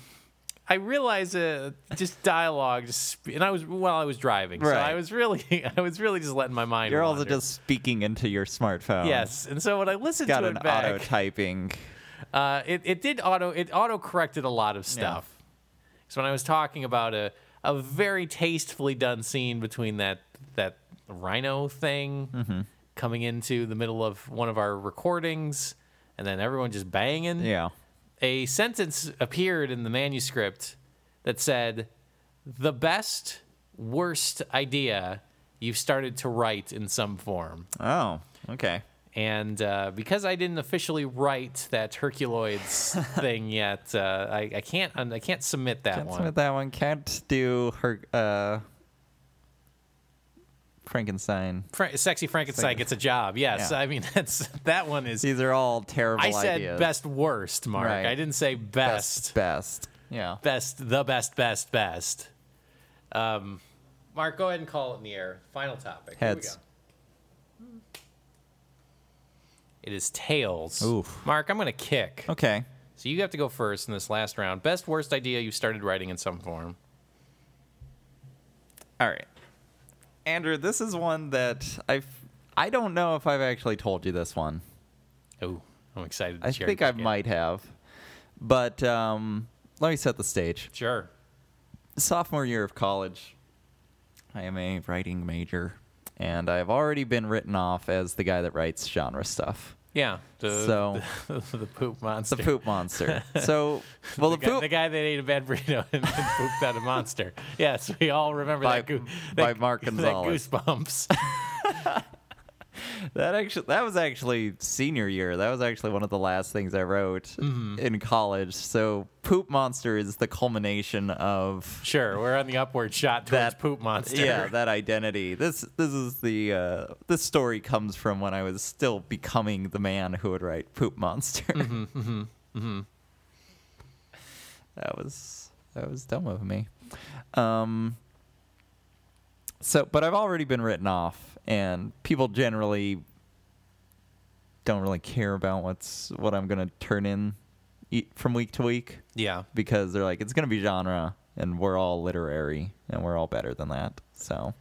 S1: I realized uh, just dialogue, just sp- and I was while I was driving, so
S2: Right.
S1: I was really, I was really just letting my mind.
S2: You're also
S1: wander.
S2: just speaking into your smartphone.
S1: yes, and so when I listened
S2: Got
S1: to
S2: an
S1: it back,
S2: auto typing.
S1: uh, it, it did auto it auto corrected a lot of stuff. So when I was talking about a a very tastefully done scene between that that rhino thing coming into the middle of one of our recordings and then everyone just banging
S2: Yeah.
S1: a sentence appeared in the manuscript that said, "The best, worst idea you've started to write in some form."
S2: Oh. Okay.
S1: And uh, because I didn't officially write that Herculoids thing yet, uh, I, I can't I can't submit that
S2: Can't
S1: one.
S2: submit that one. Can't do her. Uh, Frankenstein.
S1: Fra- Sexy Frankenstein
S2: Sexy-
S1: gets a job. Yes,
S2: Yeah.
S1: I mean that's that one is.
S2: These are all terrible
S1: I said
S2: ideas.
S1: best worst, Mark.
S2: Right.
S1: I didn't say best.
S2: Best. Yeah.
S1: best, the best, best, best. Um, Mark, go ahead and call it in the air. Final topic. Here we
S2: Heads.
S1: go. It is tails.
S2: Oof.
S1: Mark, I'm going to kick.
S2: Okay.
S1: So you have to go first in this last round. Best, worst idea you started writing in some form.
S2: All right. Andrew, this is one that I've. I don't know if I've actually told you this one.
S1: Oh, I'm excited. to
S2: I
S1: share
S2: think
S1: it
S2: I
S1: again.
S2: might have. But um, let me set the stage.
S1: Sure.
S2: Sophomore year of college, I am a writing major, and I've already been written off as the guy that writes genre stuff.
S1: Yeah. The,
S2: So-
S1: the, poop monster.
S2: The poop monster. So, well, the,
S1: The guy,
S2: poop
S1: the guy that ate a bad burrito and, and pooped out a monster. Yes, we all remember
S2: By-
S1: that, goo-
S2: by
S1: that-
S2: Mark
S1: that
S2: Gonzalez.
S1: Goosebumps.
S2: That actually that was actually senior year. That was actually one of the last things I wrote in college. So poop monster is the culmination of
S1: Sure, we're on the upward shot towards
S2: that
S1: poop monster.
S2: Yeah, that identity. This this is the uh, this story comes from when I was still becoming the man who would write poop monster. That was that was dumb of me. Um, so, but I've already been written off, and people generally don't really care about what's what I'm gonna turn in e- from week to week
S1: yeah.
S2: because they're like, it's going to be genre, and we're all literary, and we're all better than that. So,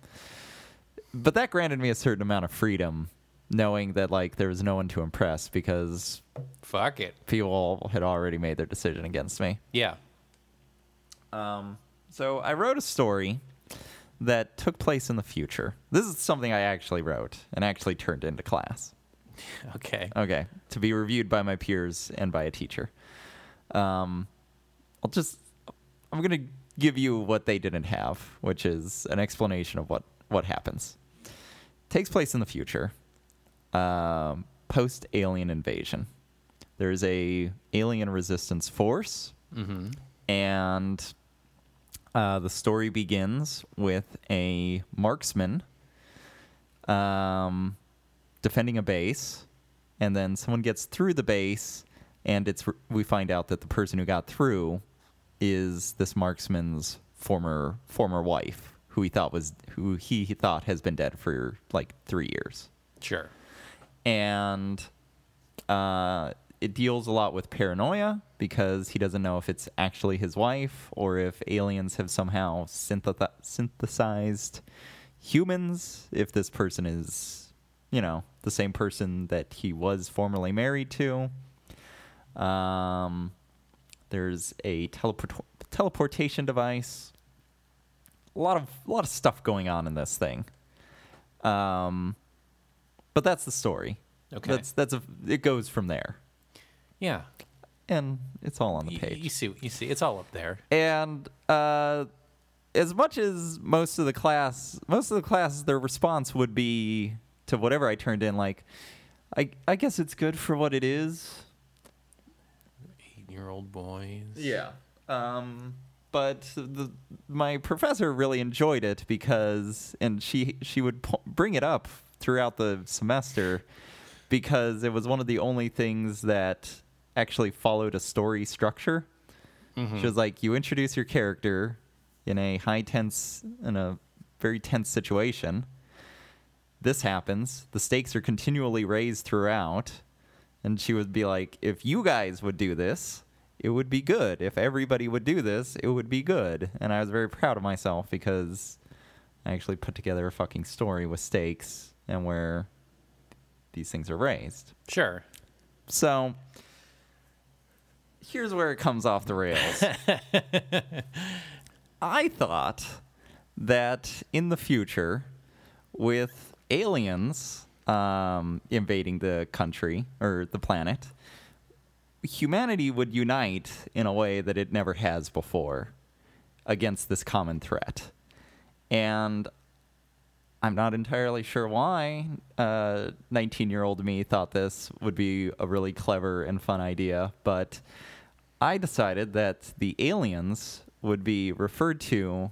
S2: but that granted me a certain amount of freedom, knowing that like there was no one to impress because
S1: Fuck it.
S2: people had already made their decision against me.
S1: Yeah.
S2: So I wrote a story that took place in the future. This is something I actually wrote and actually turned into class.
S1: Okay.
S2: Okay, to be reviewed by my peers and by a teacher. Um, I'll just I'm gonna give you what they didn't have, which is an explanation of what what happens. Takes place in the future, um, post alien invasion. There is a alien resistance force,
S1: Mm-hmm.
S2: and uh, the story begins with a marksman um, defending a base, and then someone gets through the base, and it's we find out that the person who got through is this marksman's former former wife, who he thought was who he thought has been dead for like three years
S1: Sure.
S2: and uh, it deals a lot with paranoia because he doesn't know if it's actually his wife or if aliens have somehow syntheth- synthesized humans. If this person is, you know, the same person that he was formerly married to. Um, there's a teleport- teleportation device. A lot of a lot of stuff going on in this thing. Um, but that's the story.
S1: Okay.
S2: That's that's a it goes from there,
S1: Yeah.
S2: and it's all on the
S1: Y-
S2: page.
S1: you see, you see, it's all up there.
S2: And uh, as much as most of the class, most of the class, their response would be to whatever I turned in, like, I I guess it's good for what it is.
S1: Eight-year-old boys.
S2: Yeah. Um, but the, my professor really enjoyed it because, and she she would po- bring it up throughout the semester because it was one of the only things that actually followed a story structure. She was like, you introduce your character in a high tense, in a very tense situation. This happens. The stakes are continually raised throughout. And she would be like, if you guys would do this, it would be good. If everybody would do this, it would be good. And I was very proud of myself because I actually put together a fucking story with stakes and where these things are raised.
S1: Sure.
S2: So here's where it comes off the rails. I thought that in the future, with aliens um, invading the country or the planet, humanity would unite in a way that it never has before against this common threat. And I'm not entirely sure why 19 year old me thought this would be a really clever and fun idea, but I decided that the aliens would be referred to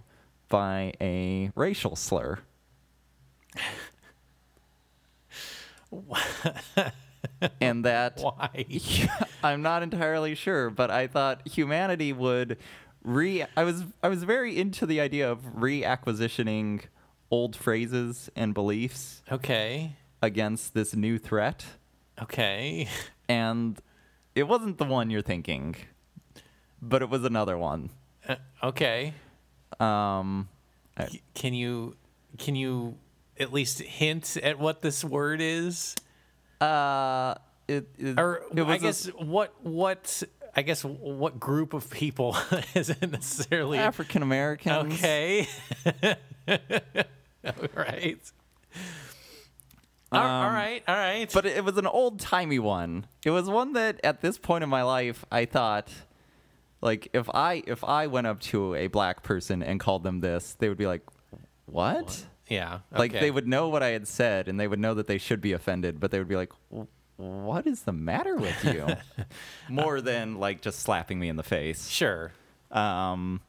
S2: by a racial slur. and that
S1: Why?
S2: I'm not entirely sure, but I thought humanity would re I was I was very into the idea of reacquisitioning old phrases and beliefs
S1: Okay.
S2: against this new threat.
S1: Okay.
S2: And it wasn't the one you're thinking, but it was another one.
S1: Uh, okay.
S2: Um
S1: C- Can you can you at least hint at what this word is?
S2: uh it, it
S1: Or
S2: it was
S1: I
S2: a-
S1: guess what what I guess what group of people isn't necessarily
S2: African Americans.
S1: okay. all right. All- all right. All right.
S2: Um, but it was an old timey one. It was one that at this point in my life I thought like if I if I went up to a black person and called them this, they would be like, what?
S1: Yeah.
S2: Like
S1: okay.
S2: they would know what I had said, and they would know that they should be offended, but they would be like, "W- "What is the matter with you?" More than like just slapping me in the face.
S1: Sure.
S2: Um,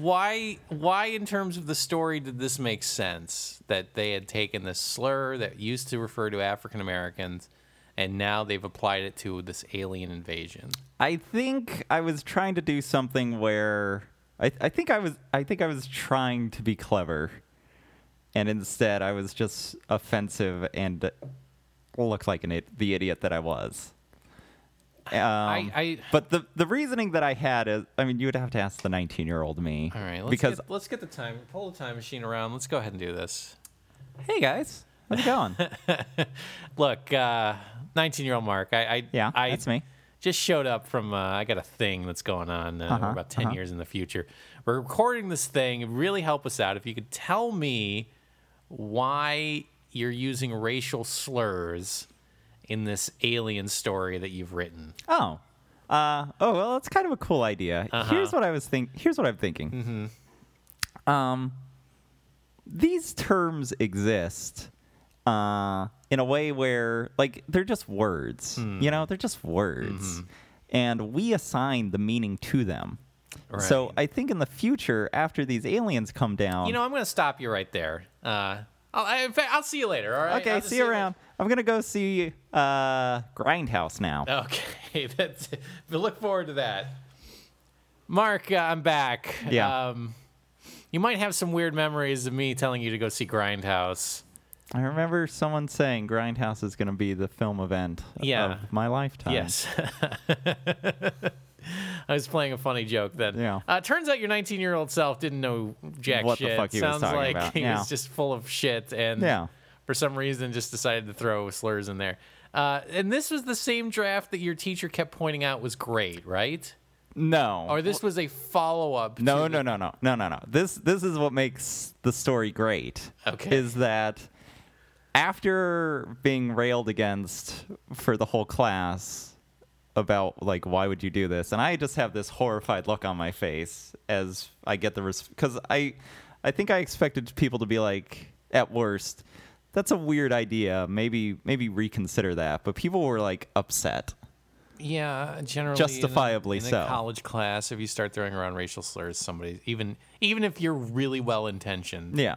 S1: Why why in terms of the story did this make sense that they had taken this slur that used to refer to African Americans and now they've applied it to this alien invasion?
S2: I think I was trying to do something where I, I think I was I think I was trying to be clever, and instead I was just offensive and looked like an it, the idiot that I was. Um,
S1: I, I
S2: but the the reasoning that I had is, I mean, you would have to ask the 19 year old me.
S1: all right, let's
S2: because
S1: get, let's get the time pull the time machine around. Let's go ahead and do this.
S2: hey guys, how's it going?
S1: Look, uh, 19 year old Mark, I, I
S2: yeah,
S1: I,
S2: that's me.
S1: just showed up from uh, I got a thing that's going on uh, we're
S2: Uh-huh,
S1: about 10 years in the future. We're recording this thing. It'd really help us out if you could tell me why you're using racial slurs in this alien story that you've written.
S2: Oh. Uh, oh well, that's kind of a cool idea.
S1: Uh-huh.
S2: Here's what I was think. Here's what I'm thinking.
S1: Mm-hmm.
S2: Um, these terms exist uh, in a way where, like, they're just words.
S1: Hmm.
S2: You know, they're just
S1: Mm-hmm.
S2: words, and we assign the meaning to them. So
S1: Right.
S2: I think in the future, after these aliens come down,
S1: You know, I'm going to stop you right there. Uh, I'll, I, in fact, I'll see you later. All right. I'll
S2: okay,
S1: just
S2: see you
S1: later.
S2: around. I'm gonna go see uh, Grindhouse now.
S1: Okay, that's. We look forward to that. Mark, uh, I'm back.
S2: Yeah.
S1: Um, you might have some weird memories of me telling you to go see Grindhouse.
S2: I remember someone saying Grindhouse is going to be the film event
S1: Yeah.
S2: of my lifetime.
S1: Yes. Um, I was playing a funny joke then.
S2: Yeah.
S1: Uh, turns out your 19 year old self didn't know jack
S2: What the
S1: shit.
S2: fuck he was
S1: Sounds
S2: talking
S1: like
S2: about.
S1: he
S2: Yeah.
S1: was just full of shit and
S2: Yeah.
S1: for some reason just decided to throw slurs in there. Uh, and this was the same draft that your teacher kept pointing out was great, right?
S2: No.
S1: Or this was a follow up.
S2: no, no, no, no, no, no, no. This this is what makes the story great.
S1: Okay.
S2: Is that after being railed against for the whole class about like why would you do this, and I just have this horrified look on my face as I get the because I I think I expected people to be like at worst. That's a weird idea. Maybe maybe reconsider that. But people were like upset.
S1: Yeah, generally in a-
S2: Justifiably
S1: in a,
S2: so.
S1: college class, if you start throwing around racial slurs, somebody even even if you're really well intentioned,
S2: Yeah.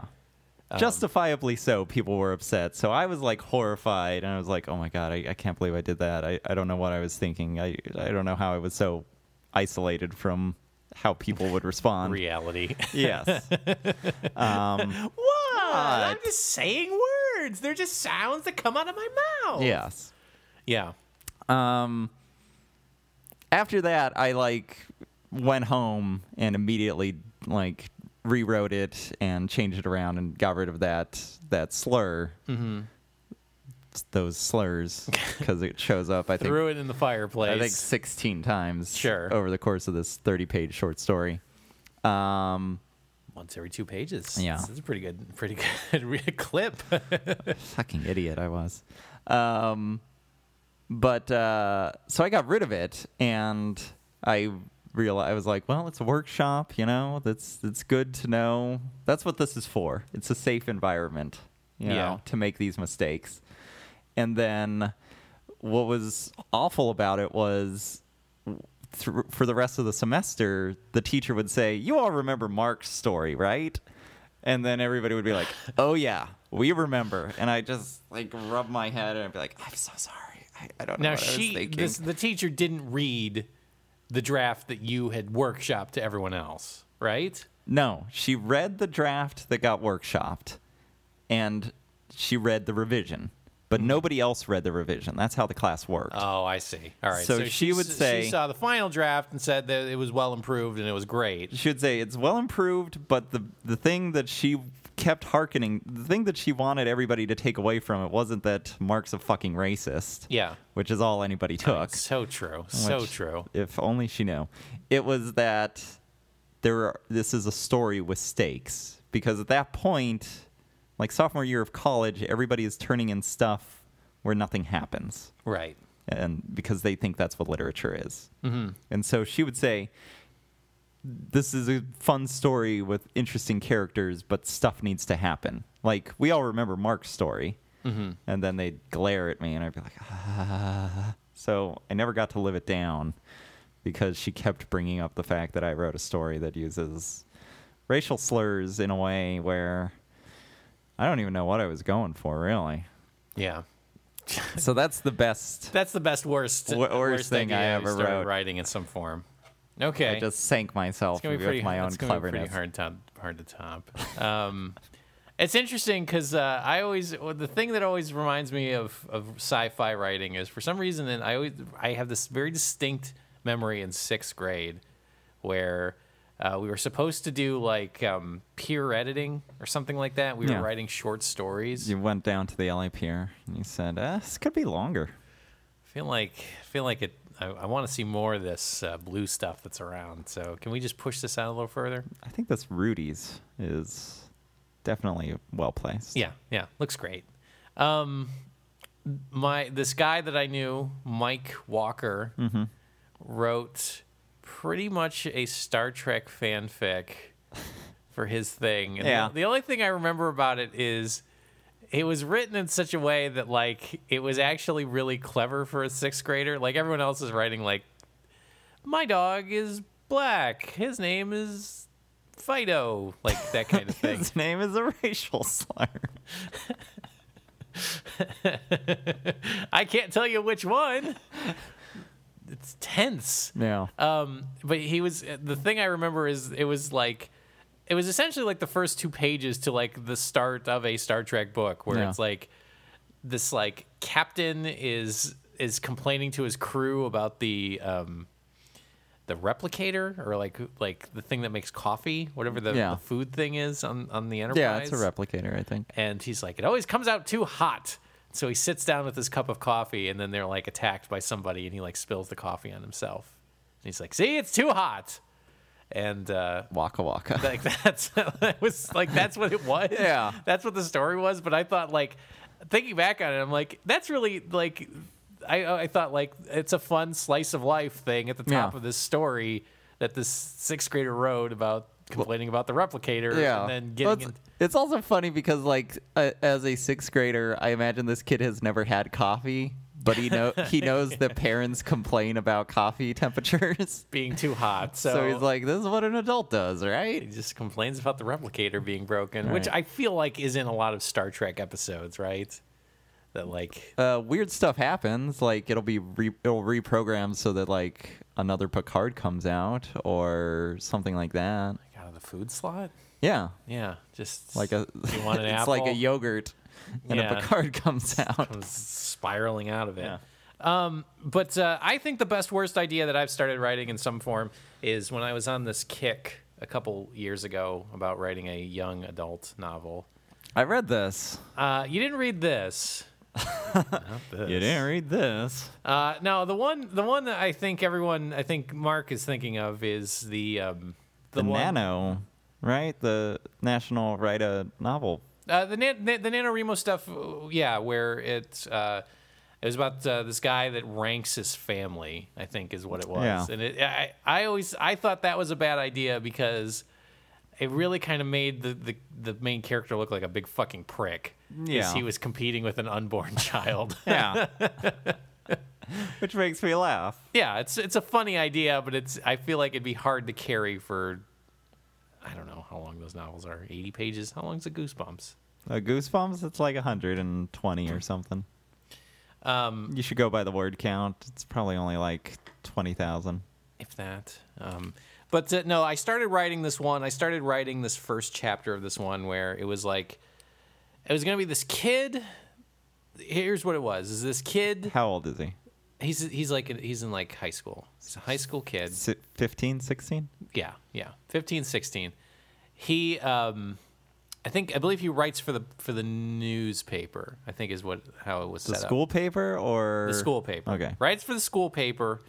S2: Um, Justifiably so, people were upset. So I was like horrified and I was like, oh my God, I, I can't believe I did that. I, I don't know what I was thinking. I, I don't know how I was so isolated from how people would respond.
S1: reality.
S2: yes.
S1: What? I'm
S2: What?
S1: just saying words. They're just sounds that come out of my mouth.
S2: Yes.
S1: Yeah.
S2: Um, after that, I like went home and immediately like rewrote it and changed it around and got rid of that that slur. Mm-hmm. Those slurs because it shows up. I think
S1: Threw it in the fireplace.
S2: I think 16 times
S1: Sure.
S2: over the course of this 30 page short story. Um,
S1: Once every two pages.
S2: Yeah.
S1: This is a pretty good, pretty good re- clip.
S2: fucking idiot I was. Um, but uh, so I got rid of it and I realized I was like, well, it's a workshop, you know, that's it's good to know. That's what this is for. It's a safe environment, you know,
S1: Yeah.
S2: to make these mistakes. And then what was awful about it was thr for the rest of the semester, the teacher would say, "You all remember Mark's story, right?" And then everybody would be like, "Oh yeah, we remember." And I just like rub my head and I'd be like, "I'm so sorry. I, I don't know
S1: now
S2: what I was
S1: she,
S2: thinking."
S1: this, the teacher didn't read the draft that you had workshopped to everyone else, right?
S2: No, she read the draft that got workshopped, and she read the revision, but
S1: Mm-hmm.
S2: nobody else read the revision. That's how the class worked.
S1: Oh, I see. All right.
S2: So she would
S1: s-
S2: say-
S1: she saw the final draft and said that it was well improved and it was great.
S2: should say it's well improved, but the the thing that she kept hearkening, the thing that she wanted everybody to take away from it wasn't that Mark's a fucking racist.
S1: Yeah.
S2: Which is all anybody took.
S1: So true. So
S2: which,
S1: true.
S2: If only she knew. It was that there are, this is a story with stakes because at that point, like sophomore year of college, everybody is turning in stuff where nothing happens
S1: Right.
S2: and because they think that's what literature is. Mm-hmm. And so she would say, this is a fun story with interesting characters, but stuff needs to happen. Like we all remember Mark's story, and then they'd glare at me, and I'd be like, ah. So I never got to live it down because she kept bringing up the fact that I wrote a story that uses racial slurs in a way where I don't even know what I was going for, really.
S1: Yeah.
S2: So that's the best.
S1: That's the best worst
S2: Wor- worst thing I
S1: idea you
S2: ever
S1: started
S2: wrote.
S1: writing in some form. Okay.
S2: I just sank myself
S1: It's gonna
S2: with
S1: be pretty,
S2: my own
S1: that's gonna be
S2: cleverness.
S1: pretty hard to hard to top. Um, it's interesting because uh, I always well, the thing that always reminds me of of sci-fi writing is for some reason and I always I have this very distinct memory in sixth grade where. Uh, we were supposed to do like um, peer editing or something like that. We
S2: Yeah.
S1: were writing short stories.
S2: You went down to the LAPR and you said, uh, "This could be longer."
S1: feel like feel like it. I, I want to see more of this uh, blue stuff that's around. So can we just push this out a little further?
S2: I think this Rudy's is definitely well placed.
S1: Yeah, yeah, looks great. Um, my this guy that I knew, Mike Walker, wrote pretty much a Star Trek fanfic for his thing. And the-
S2: Yeah.
S1: The, only thing I remember about it is it was written in such a way that like it was actually really clever for a sixth grader. Like everyone else is writing like, my dog is black. His name is. Fido, like that kind of thing.
S2: His name is a racial slur.
S1: I can't tell you which one. It's tense.
S2: No.
S1: Um, but he was the thing I remember is it was like it was essentially like the first two pages to like the start of a Star Trek book where
S2: Yeah.
S1: it's like this like captain is is complaining to his crew about the um the replicator or like like the thing that makes coffee, whatever the,
S2: Yeah.
S1: the food thing is on on the Enterprise
S2: yeah, it's a replicator, I think.
S1: and he's like, it always comes out too hot. So he sits down with his cup of coffee, and then they're like attacked by somebody, and he like spills the coffee on himself. And he's like, see, it's too hot, and uh,
S2: Waka waka.
S1: like that's that was like that's what it was.
S2: Yeah.
S1: that's what the story was. But I thought like thinking back on it, I'm like, that's really like I I thought like it's a fun slice of life thing at the top
S2: Yeah.
S1: of this story that this sixth grader wrote about complaining about the replicator
S2: yeah.
S1: and then
S2: Well,
S1: getting
S2: it's,
S1: in,
S2: it's also funny because, like, uh, as a sixth grader, I imagine this kid has never had coffee, but he know he knows that parents complain about coffee temperatures.
S1: being too hot.
S2: So, he's like, "This is what an adult does,
S1: He
S2: right?"
S1: just complains about the replicator being broken, which
S2: Right.
S1: I feel like is in a lot of Star Trek episodes, right? That like
S2: Uh, weird stuff happens. Like it'll be re- it'll reprogram so that like another Picard comes out or something like that.
S1: out of the food slot.
S2: Yeah,
S1: Yeah, just
S2: like a
S1: you want an
S2: it's
S1: apple?
S2: like a yogurt, and
S1: Yeah.
S2: a Picard comes out.
S1: comes spiraling out of it. Um, but uh, I think the best worst idea that I've started writing in some form is when I was on this kick a couple years ago about writing a young adult novel.
S2: I read this.
S1: Uh, you didn't read this. Not this.
S2: read this.
S1: Uh, no, the one the one that I think everyone I think Mark is thinking of is the um,
S2: The,
S1: one,
S2: Nano, right? The National Write a Novel.
S1: uh, the nan- the NaNoWriMo stuff. uh, Yeah, where it's uh, it was about uh, this guy that ranks his family. I think is what it was,
S2: Yeah.
S1: and it, I I always I thought that was a bad idea because it really kind of made the, the the main character look like a big fucking prick. 'cause
S2: Yeah.
S1: he was competing with an unborn child.
S2: Yeah. Which makes me laugh.
S1: yeah, it's it's a funny idea, but it's I feel like it'd be hard to carry for I don't know how long those novels are. Eighty pages. How long's a Goosebumps?
S2: Uh, Goosebumps, it's like 120 or something.
S1: Um,
S2: You should go by the word count. It's probably only like 20,000.
S1: if that. Um, but uh, no, I started writing this one. I started writing this first chapter of this one where it was like it was gonna be this kid. Here's what it was: is this kid?
S2: How old is he?
S1: He's he's like he's in like high school. He's a high school kid.
S2: Si- 15, 16?
S1: yeah yeah 15 16 he um i think i believe he writes for the for the newspaper i think is what how it was
S2: The
S1: set up
S2: school paper or?
S1: the school paper.
S2: Okay.
S1: Writes for the school paper,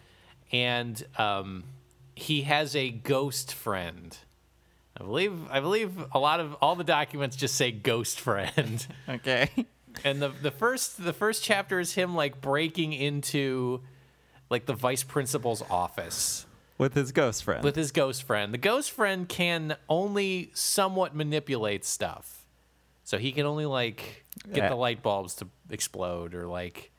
S1: and um, he has a ghost friend. I believe. I believe a lot of all the documents just say ghost friend,
S2: Okay.
S1: and the the first the first chapter is him like breaking into like the vice principal's office
S2: with his ghost friend.
S1: with his ghost friend. The ghost friend can only somewhat manipulate stuff. So he can only like get
S2: Yeah.
S1: the light bulbs to explode or like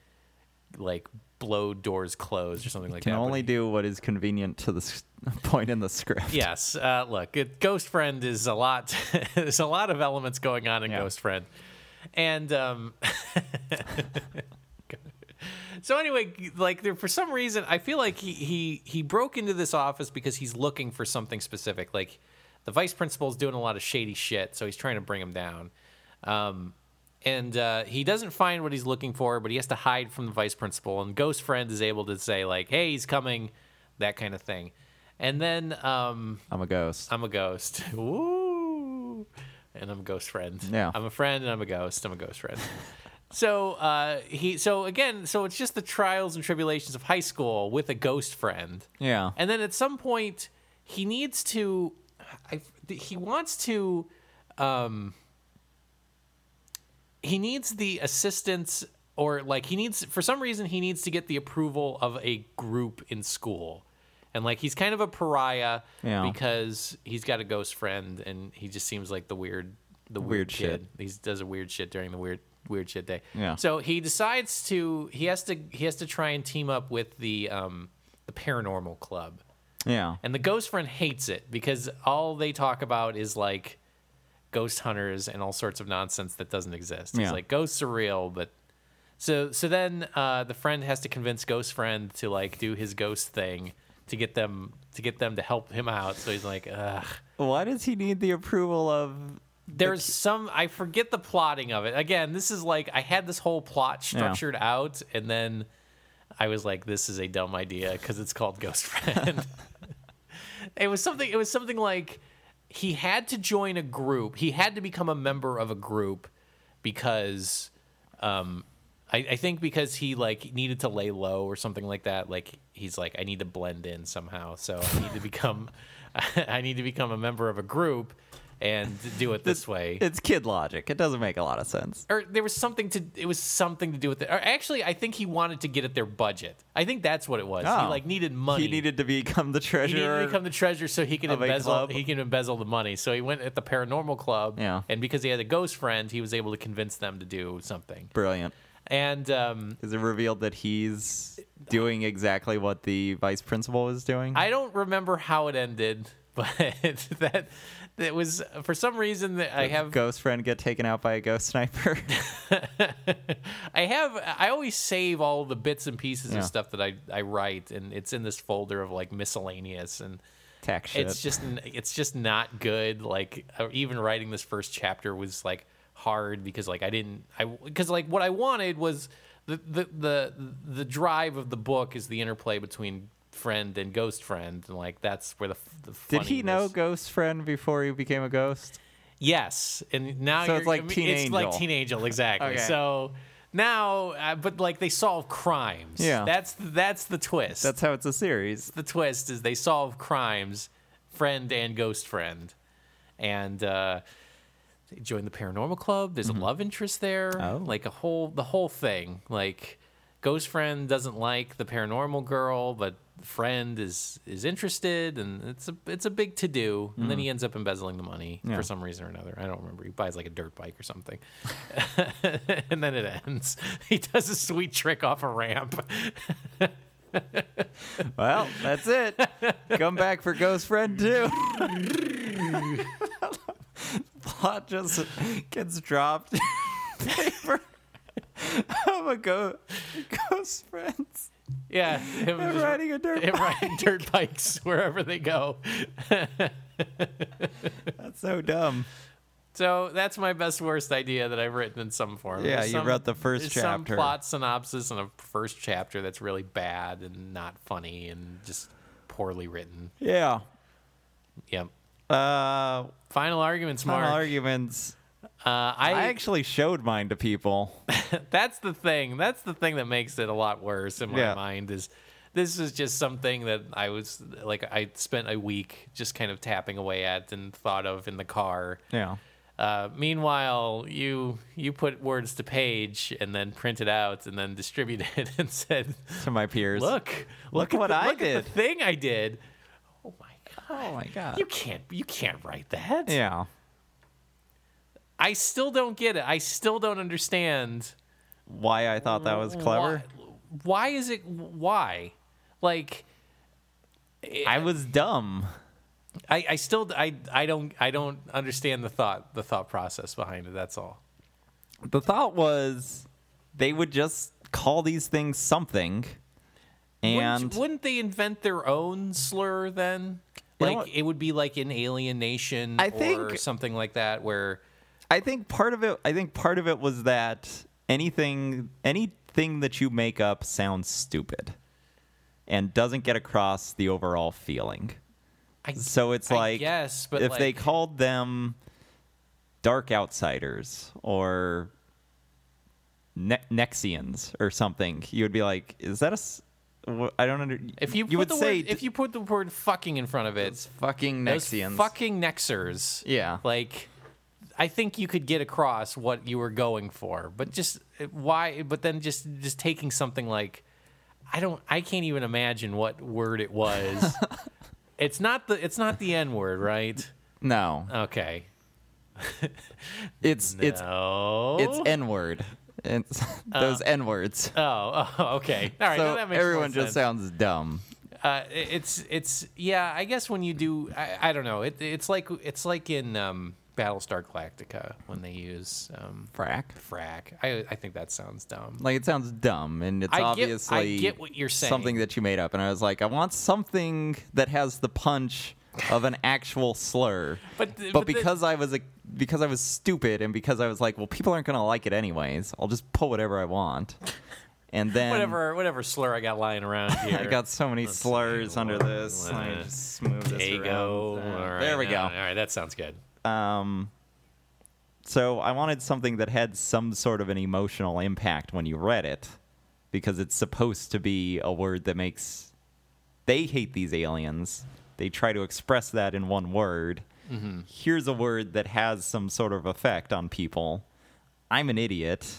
S1: like blow doors closed or something like
S2: can
S1: that. but
S2: only do what is convenient to the s- point in the script.
S1: Yes. Uh, look, it, Ghost Friend is a lot. there's a lot of elements going on in
S2: Yeah.
S1: Ghost Friend, and um, so anyway, like there for some reason, I feel like he he he broke into this office because he's looking for something specific. Like the vice principal's doing a lot of shady shit, so he's trying to bring him down. Um, and uh, he doesn't find what he's looking for, but he has to hide from the vice principal. And Ghost Friend is able to say like, "Hey, he's coming," that kind of thing. And then um,
S2: I'm a ghost.
S1: I'm a ghost. Woo! And I'm a ghost friend.
S2: Yeah.
S1: I'm a friend and I'm a ghost. I'm a ghost friend. so uh, he so again, so it's just the trials and tribulations of high school with a ghost friend.
S2: yeah.
S1: And then at some point, he needs to. I, he wants to. Um, he needs the assistance, or like he needs for some reason he needs to get the approval of a group in school, and like he's kind of a pariah
S2: Yeah.
S1: because he's got a ghost friend, and he just seems like the weird, the weird,
S2: Weird
S1: kid.
S2: shit.
S1: He does a weird shit during the weird weird shit day.
S2: Yeah.
S1: So he decides to he has to he has to try and team up with the um the paranormal club.
S2: yeah.
S1: And the ghost friend hates it because all they talk about is like ghost hunters and all sorts of nonsense that doesn't exist. It's
S2: Yeah.
S1: like ghosts are real, but so so then uh, the friend has to convince ghost friend to like do his ghost thing to get them to get them to help him out. So he's like, ugh.
S2: Why does he need the approval of
S1: There's some I forget the plotting of it. Again, this is like I had this whole plot structured out, and then I was like, "This is a dumb idea" because it's called Ghost Friend. it was something. It was something like he had to join a group. He had to become a member of a group because, um, I, I think because he like needed to lay low or something like that. Like he's like, I need to blend in somehow, so I need to become, I need to become a member of a group and do it this way
S2: It's kid logic. It doesn't make a lot of sense.
S1: or there was something to it was something to do with it. Or actually, I think he wanted to get at their budget. I think that's what it was. He
S2: Oh.
S1: like needed money.
S2: He needed to become the
S1: He needed
S2: treasurer.
S1: to become the treasurer so he can
S2: of a
S1: embezzle
S2: club.
S1: he can embezzle the money. So he went at the paranormal club.
S2: Yeah.
S1: And because he had a ghost friend, he was able to convince them to do something.
S2: Brilliant.
S1: And um,
S2: Is it revealed that he's doing exactly what the vice principal is doing?
S1: I don't remember how it ended, but that that was for some reason that I have
S2: ghost friend get taken out by a ghost sniper.
S1: I have I always save all the bits and pieces
S2: Yeah.
S1: of stuff that I, I write and it's in this folder of like miscellaneous and
S2: Tax shit.
S1: It's just n- it's just not good. Like uh, even writing this first chapter was like hard because like I didn't I because like what I wanted was the, the the the drive of the book is the interplay between friend and ghost friend and like that's where the, f- the
S2: Did he know
S1: funniness-
S2: ghost friend before he became a ghost?
S1: Yes, and now
S2: So it's
S1: you're,
S2: like
S1: I mean,
S2: Teen
S1: it's like
S2: Angel.
S1: Teen Angel, exactly.
S2: Okay.
S1: So now, uh, but like they solve crimes.
S2: Yeah.
S1: that's that's the twist.
S2: That's how it's a series.
S1: the twist is they solve crimes, friend and ghost friend, and uh, they join the paranormal club. There's a love interest there,
S2: Mm-hmm. Oh.
S1: like a whole the whole thing. Like ghost friend doesn't like the paranormal girl, but friend is is interested, and it's a it's a big to do. And then he ends up embezzling the money
S2: Mm-hmm. Yeah.
S1: for some reason or another. I don't remember. He buys like a dirt bike or something, and then it ends. He does a sweet trick off a ramp.
S2: Well, that's it. Come back for ghost friend too. Plot just gets dropped. Paper. I'm a ghost. Ghost friends.
S1: Yeah, him
S2: I'm
S1: just-
S2: riding a dirt.
S1: and
S2: bike.
S1: riding dirt bikes wherever they go.
S2: That's so dumb.
S1: So that's my best worst idea that I've written in some form.
S2: Yeah,
S1: There's
S2: you
S1: some-
S2: wrote the first
S1: there's Some
S2: chapter.
S1: plot synopsis and a first chapter that's really bad and not funny and just poorly written.
S2: Yeah.
S1: Yep.
S2: Uh,
S1: Final arguments, Mark.
S2: final arguments.
S1: uh,
S2: I
S1: I,
S2: actually showed mine to people.
S1: that's the thing. That's the thing that makes it a lot worse in my
S2: Yeah.
S1: mind is this is just something that I was like I spent a week just kind of tapping away at and thought of in the car.
S2: Yeah.
S1: Uh, meanwhile, you you put words to page and then print it out and then distribute it and said,
S2: To my peers.
S1: "Look, look,
S2: Look
S1: at
S2: what
S1: the-
S2: I
S1: look at the
S2: did."
S1: thing I did."
S2: Oh my god.
S1: You can't you can't write that.
S2: yeah.
S1: I still don't get it. I still don't understand
S2: Why I thought that was
S1: Why,
S2: clever.
S1: why is it why? Like
S2: I was dumb.
S1: I, I still I, I don't I don't understand the thought the thought process behind it. That's all.
S2: The thought was they would just call these things something.
S1: Wouldn't-
S2: And
S1: wouldn't, they invent their own slur then?
S2: You know
S1: Like
S2: what?
S1: it would be like an alien nation
S2: I
S1: or
S2: think-
S1: something like that where
S2: I think part of it I think part of it was that anything anything that you make up sounds stupid and doesn't get across the overall feeling.
S1: I
S2: So it's
S1: I
S2: like
S1: guess, but
S2: if they
S1: like-
S2: called them dark outsiders or ne- Nexians or something, you would be like, is that a s- wh- I don't under
S1: if you,
S2: you
S1: put
S2: would
S1: the
S2: say
S1: word, if you put the word fucking in front of it,
S2: it's fucking
S1: those
S2: Nexians.
S1: fucking Nexers.
S2: Yeah.
S1: Like, I think you could get across what you were going for, but just uh, why? But then just just taking something like, I don't, I can't even imagine what word it was. it's not the it's not the N word, right?
S2: no.
S1: Okay. Oh.
S2: It's it's
S1: Uh, No.
S2: it's N-word. It's those N-words.
S1: oh, oh, okay. All right.
S2: so
S1: then that makes more
S2: everyone
S1: sense.
S2: just sounds dumb.
S1: uh, it- it's it's yeah. I guess when you do, I, I don't know. It, it's like it's like in um, Battlestar Galactica when they use um,
S2: Frack.
S1: frack. I I think that sounds dumb.
S2: Like it sounds dumb, and it's
S1: I get- I
S2: obviously
S1: get what you're saying.
S2: Something that you made up, and I was like, I want something that has the punch of an actual slur.
S1: But th-
S2: but
S1: but the-
S2: because I was a because I was stupid, and because I was like, well, people aren't gonna like it anyways. I'll just pull whatever I want, and then
S1: Whatever whatever slur I got lying around here.
S2: I got so many slurs under this. Let me
S1: Uh,
S2: just move this
S1: Dago.
S2: around. Uh,
S1: All right,
S2: there we
S1: no,
S2: go.
S1: All right, that sounds good.
S2: Um, so I wanted something that had some sort of an emotional impact when you read it, because it's supposed to be a word that makes. They hate these aliens. They try to express that in one word.
S1: Mm-hmm.
S2: Here's a word that has some sort of effect on people. I'm an idiot.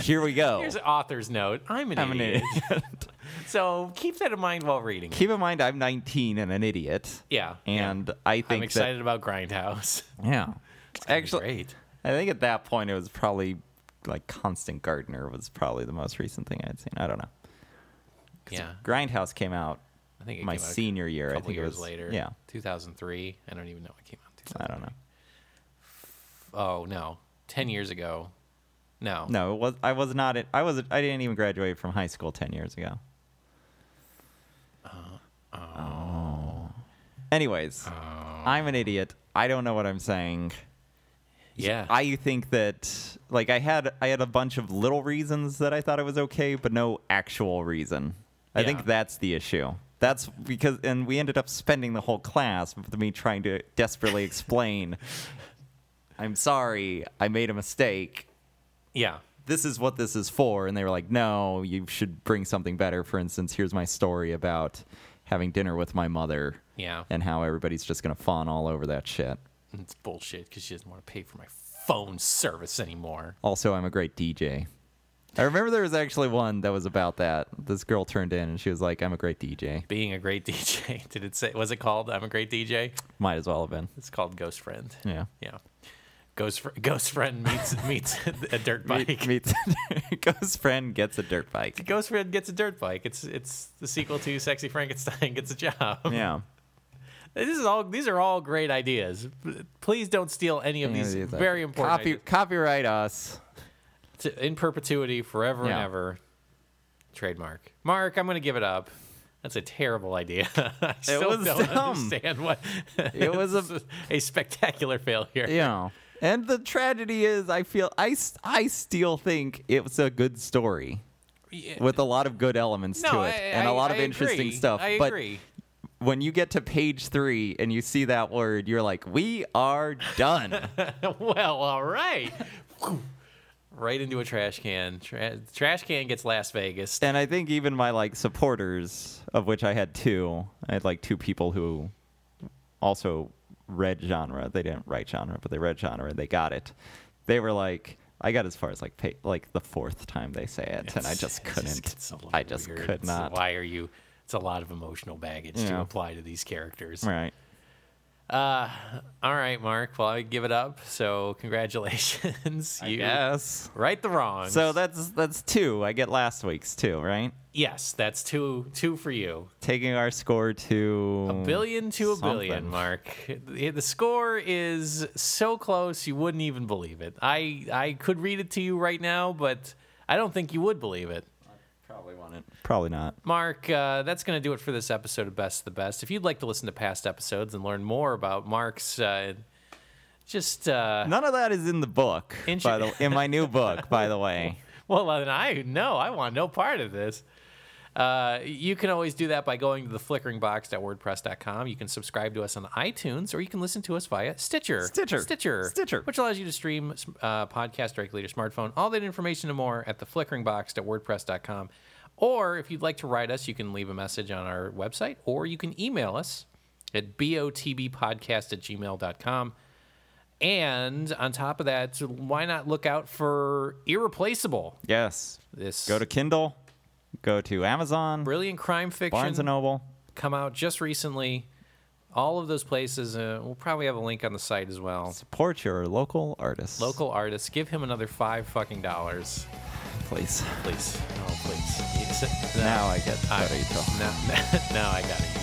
S2: Here we go.
S1: Here's an author's note. I'm an
S2: Oh. I'm an
S1: idiot.
S2: idiot.
S1: So keep that in mind while reading. it.
S2: Keep in mind, I'm 19 and an idiot.
S1: yeah. yeah.
S2: And I think
S1: I'm excited about Grindhouse.
S2: that yeah, actually,
S1: great.
S2: I think at that point it was probably like Constant Gardener was probably the most recent thing I'd seen. I don't know.
S1: Yeah.
S2: Grindhouse came out
S1: I think it
S2: my
S1: came out
S2: senior
S1: a
S2: year. I
S1: couple
S2: think
S1: years
S2: it was
S1: later.
S2: Yeah,
S1: 2003. I don't even know what came out.
S2: I don't know.
S1: Oh no, 10 years ago. No.
S2: Uh, No, it was. I was not. At, I was. I didn't even graduate from high school ten years ago.
S1: Uh,
S2: oh. Anyways,
S1: Oh.
S2: I'm an idiot. I don't know what I'm saying.
S1: Yeah.
S2: I think that like I had I had a bunch of little reasons that I thought it was okay, but no actual reason. I
S1: Yeah.
S2: think that's the issue. That's because and we ended up spending the whole class with me trying to desperately explain I'm sorry, I made a mistake.
S1: yeah.
S2: This is what this is for and they were like, "No, you should bring something better." For instance, here's my story about having dinner with my mother
S1: Yeah.
S2: and how everybody's just going to fawn all over that shit.
S1: It's bullshit because she doesn't want to pay for my phone service anymore.
S2: Also, I'm a great DJ. I remember there was actually one that was about that. This girl turned in and she was like, I'm a great DJ.
S1: Being a great DJ. Did it say? Was it called? I'm a great DJ.
S2: Might as well have been.
S1: It's called Ghost Friend.
S2: Yeah.
S1: Yeah. Ghost, fr- ghost friend meets meets a dirt bike.
S2: Meet, meets Ghost friend gets a dirt bike.
S1: Ghost friend gets a dirt bike. It's it's the sequel to Sexy Frankenstein gets a job.
S2: Yeah.
S1: This is all these are all great ideas. P- Please don't steal any of these
S2: Yeah, that-
S1: very important
S2: Copy,
S1: ideas.
S2: copyright us.
S1: To- in perpetuity forever and
S2: Yeah.
S1: ever. Trademark. Mark, I'm going to give it up. That's a terrible idea. I still
S2: was
S1: don't
S2: dumb.
S1: understand what
S2: It was a-
S1: It's a spectacular failure.
S2: You know. And the tragedy is, I feel, I, s- I still think it was a good story
S1: Yeah.
S2: with a lot of good elements
S1: No,
S2: to it
S1: I-
S2: and
S1: I-
S2: a lot
S1: I
S2: of interesting
S1: agree.
S2: stuff.
S1: I
S2: but
S1: agree.
S2: when you get to page three and you see that word, you're like, we are done.
S1: well, all right. right into a trash can. Tra- trash can gets Las Vegas.
S2: and I think even my like supporters, of which I had two, I had like two people who also read genre. They didn't write genre, but they read genre and they got it. They were like, I got as far as like pa- like the fourth time they say it, and I
S1: It's-
S2: just
S1: it
S2: couldn't.
S1: gets a little
S2: I just
S1: weird.
S2: could
S1: It's,
S2: not.
S1: Why are you? It's a lot of emotional baggage to
S2: Yeah.
S1: apply to these characters.
S2: Right.
S1: All right, Mark. Well, I give it up. So congratulations. you
S2: Yes.
S1: right the wrongs.
S2: So that's that's two. I get last week's two, right?
S1: yes, that's two two for you.
S2: Taking our score to
S1: A billion to a billion,
S2: Mm. something.
S1: Mark. The the score is so close you wouldn't even believe it. I I could read it to you right now, but I don't think you would believe it.
S2: Probably won it. Probably not.
S1: Mark, uh, that's going to do it for this episode of Best of the Best. If you'd like to listen to past episodes and learn more about Mark's uh, just uh,
S2: None of that is in the book.
S1: Inch-
S2: by the, in my new book, by the way.
S1: Well, then I know I want no part of this. Uh, you can always do that by going to the flickeringbox.wordpress.com. You can subscribe to us on iTunes or you can listen to us via Stitcher.
S2: Stitcher.
S1: Stitcher.
S2: Stitcher.
S1: Which allows you to stream uh, podcasts directly to your smartphone. All that information and more at the flickeringbox.wordpress.com. Or if you'd like to write us, you can leave a message on our website or you can email us at botbpodcast at gmail.com. And on top of that, why not look out for Irreplaceable?
S2: Yes.
S1: This
S2: Go to Kindle. Go to Amazon.
S1: brilliant crime fiction
S2: Barnes and Noble.
S1: come out just recently. All of those places. Uh, we'll probably have a link on the site as well.
S2: Support your local artists.
S1: Local artists, give him another five fucking dollars,
S2: please.
S1: please. Oh, please. Yes.
S2: Now I get
S1: I-
S2: better.
S1: now, now I got it.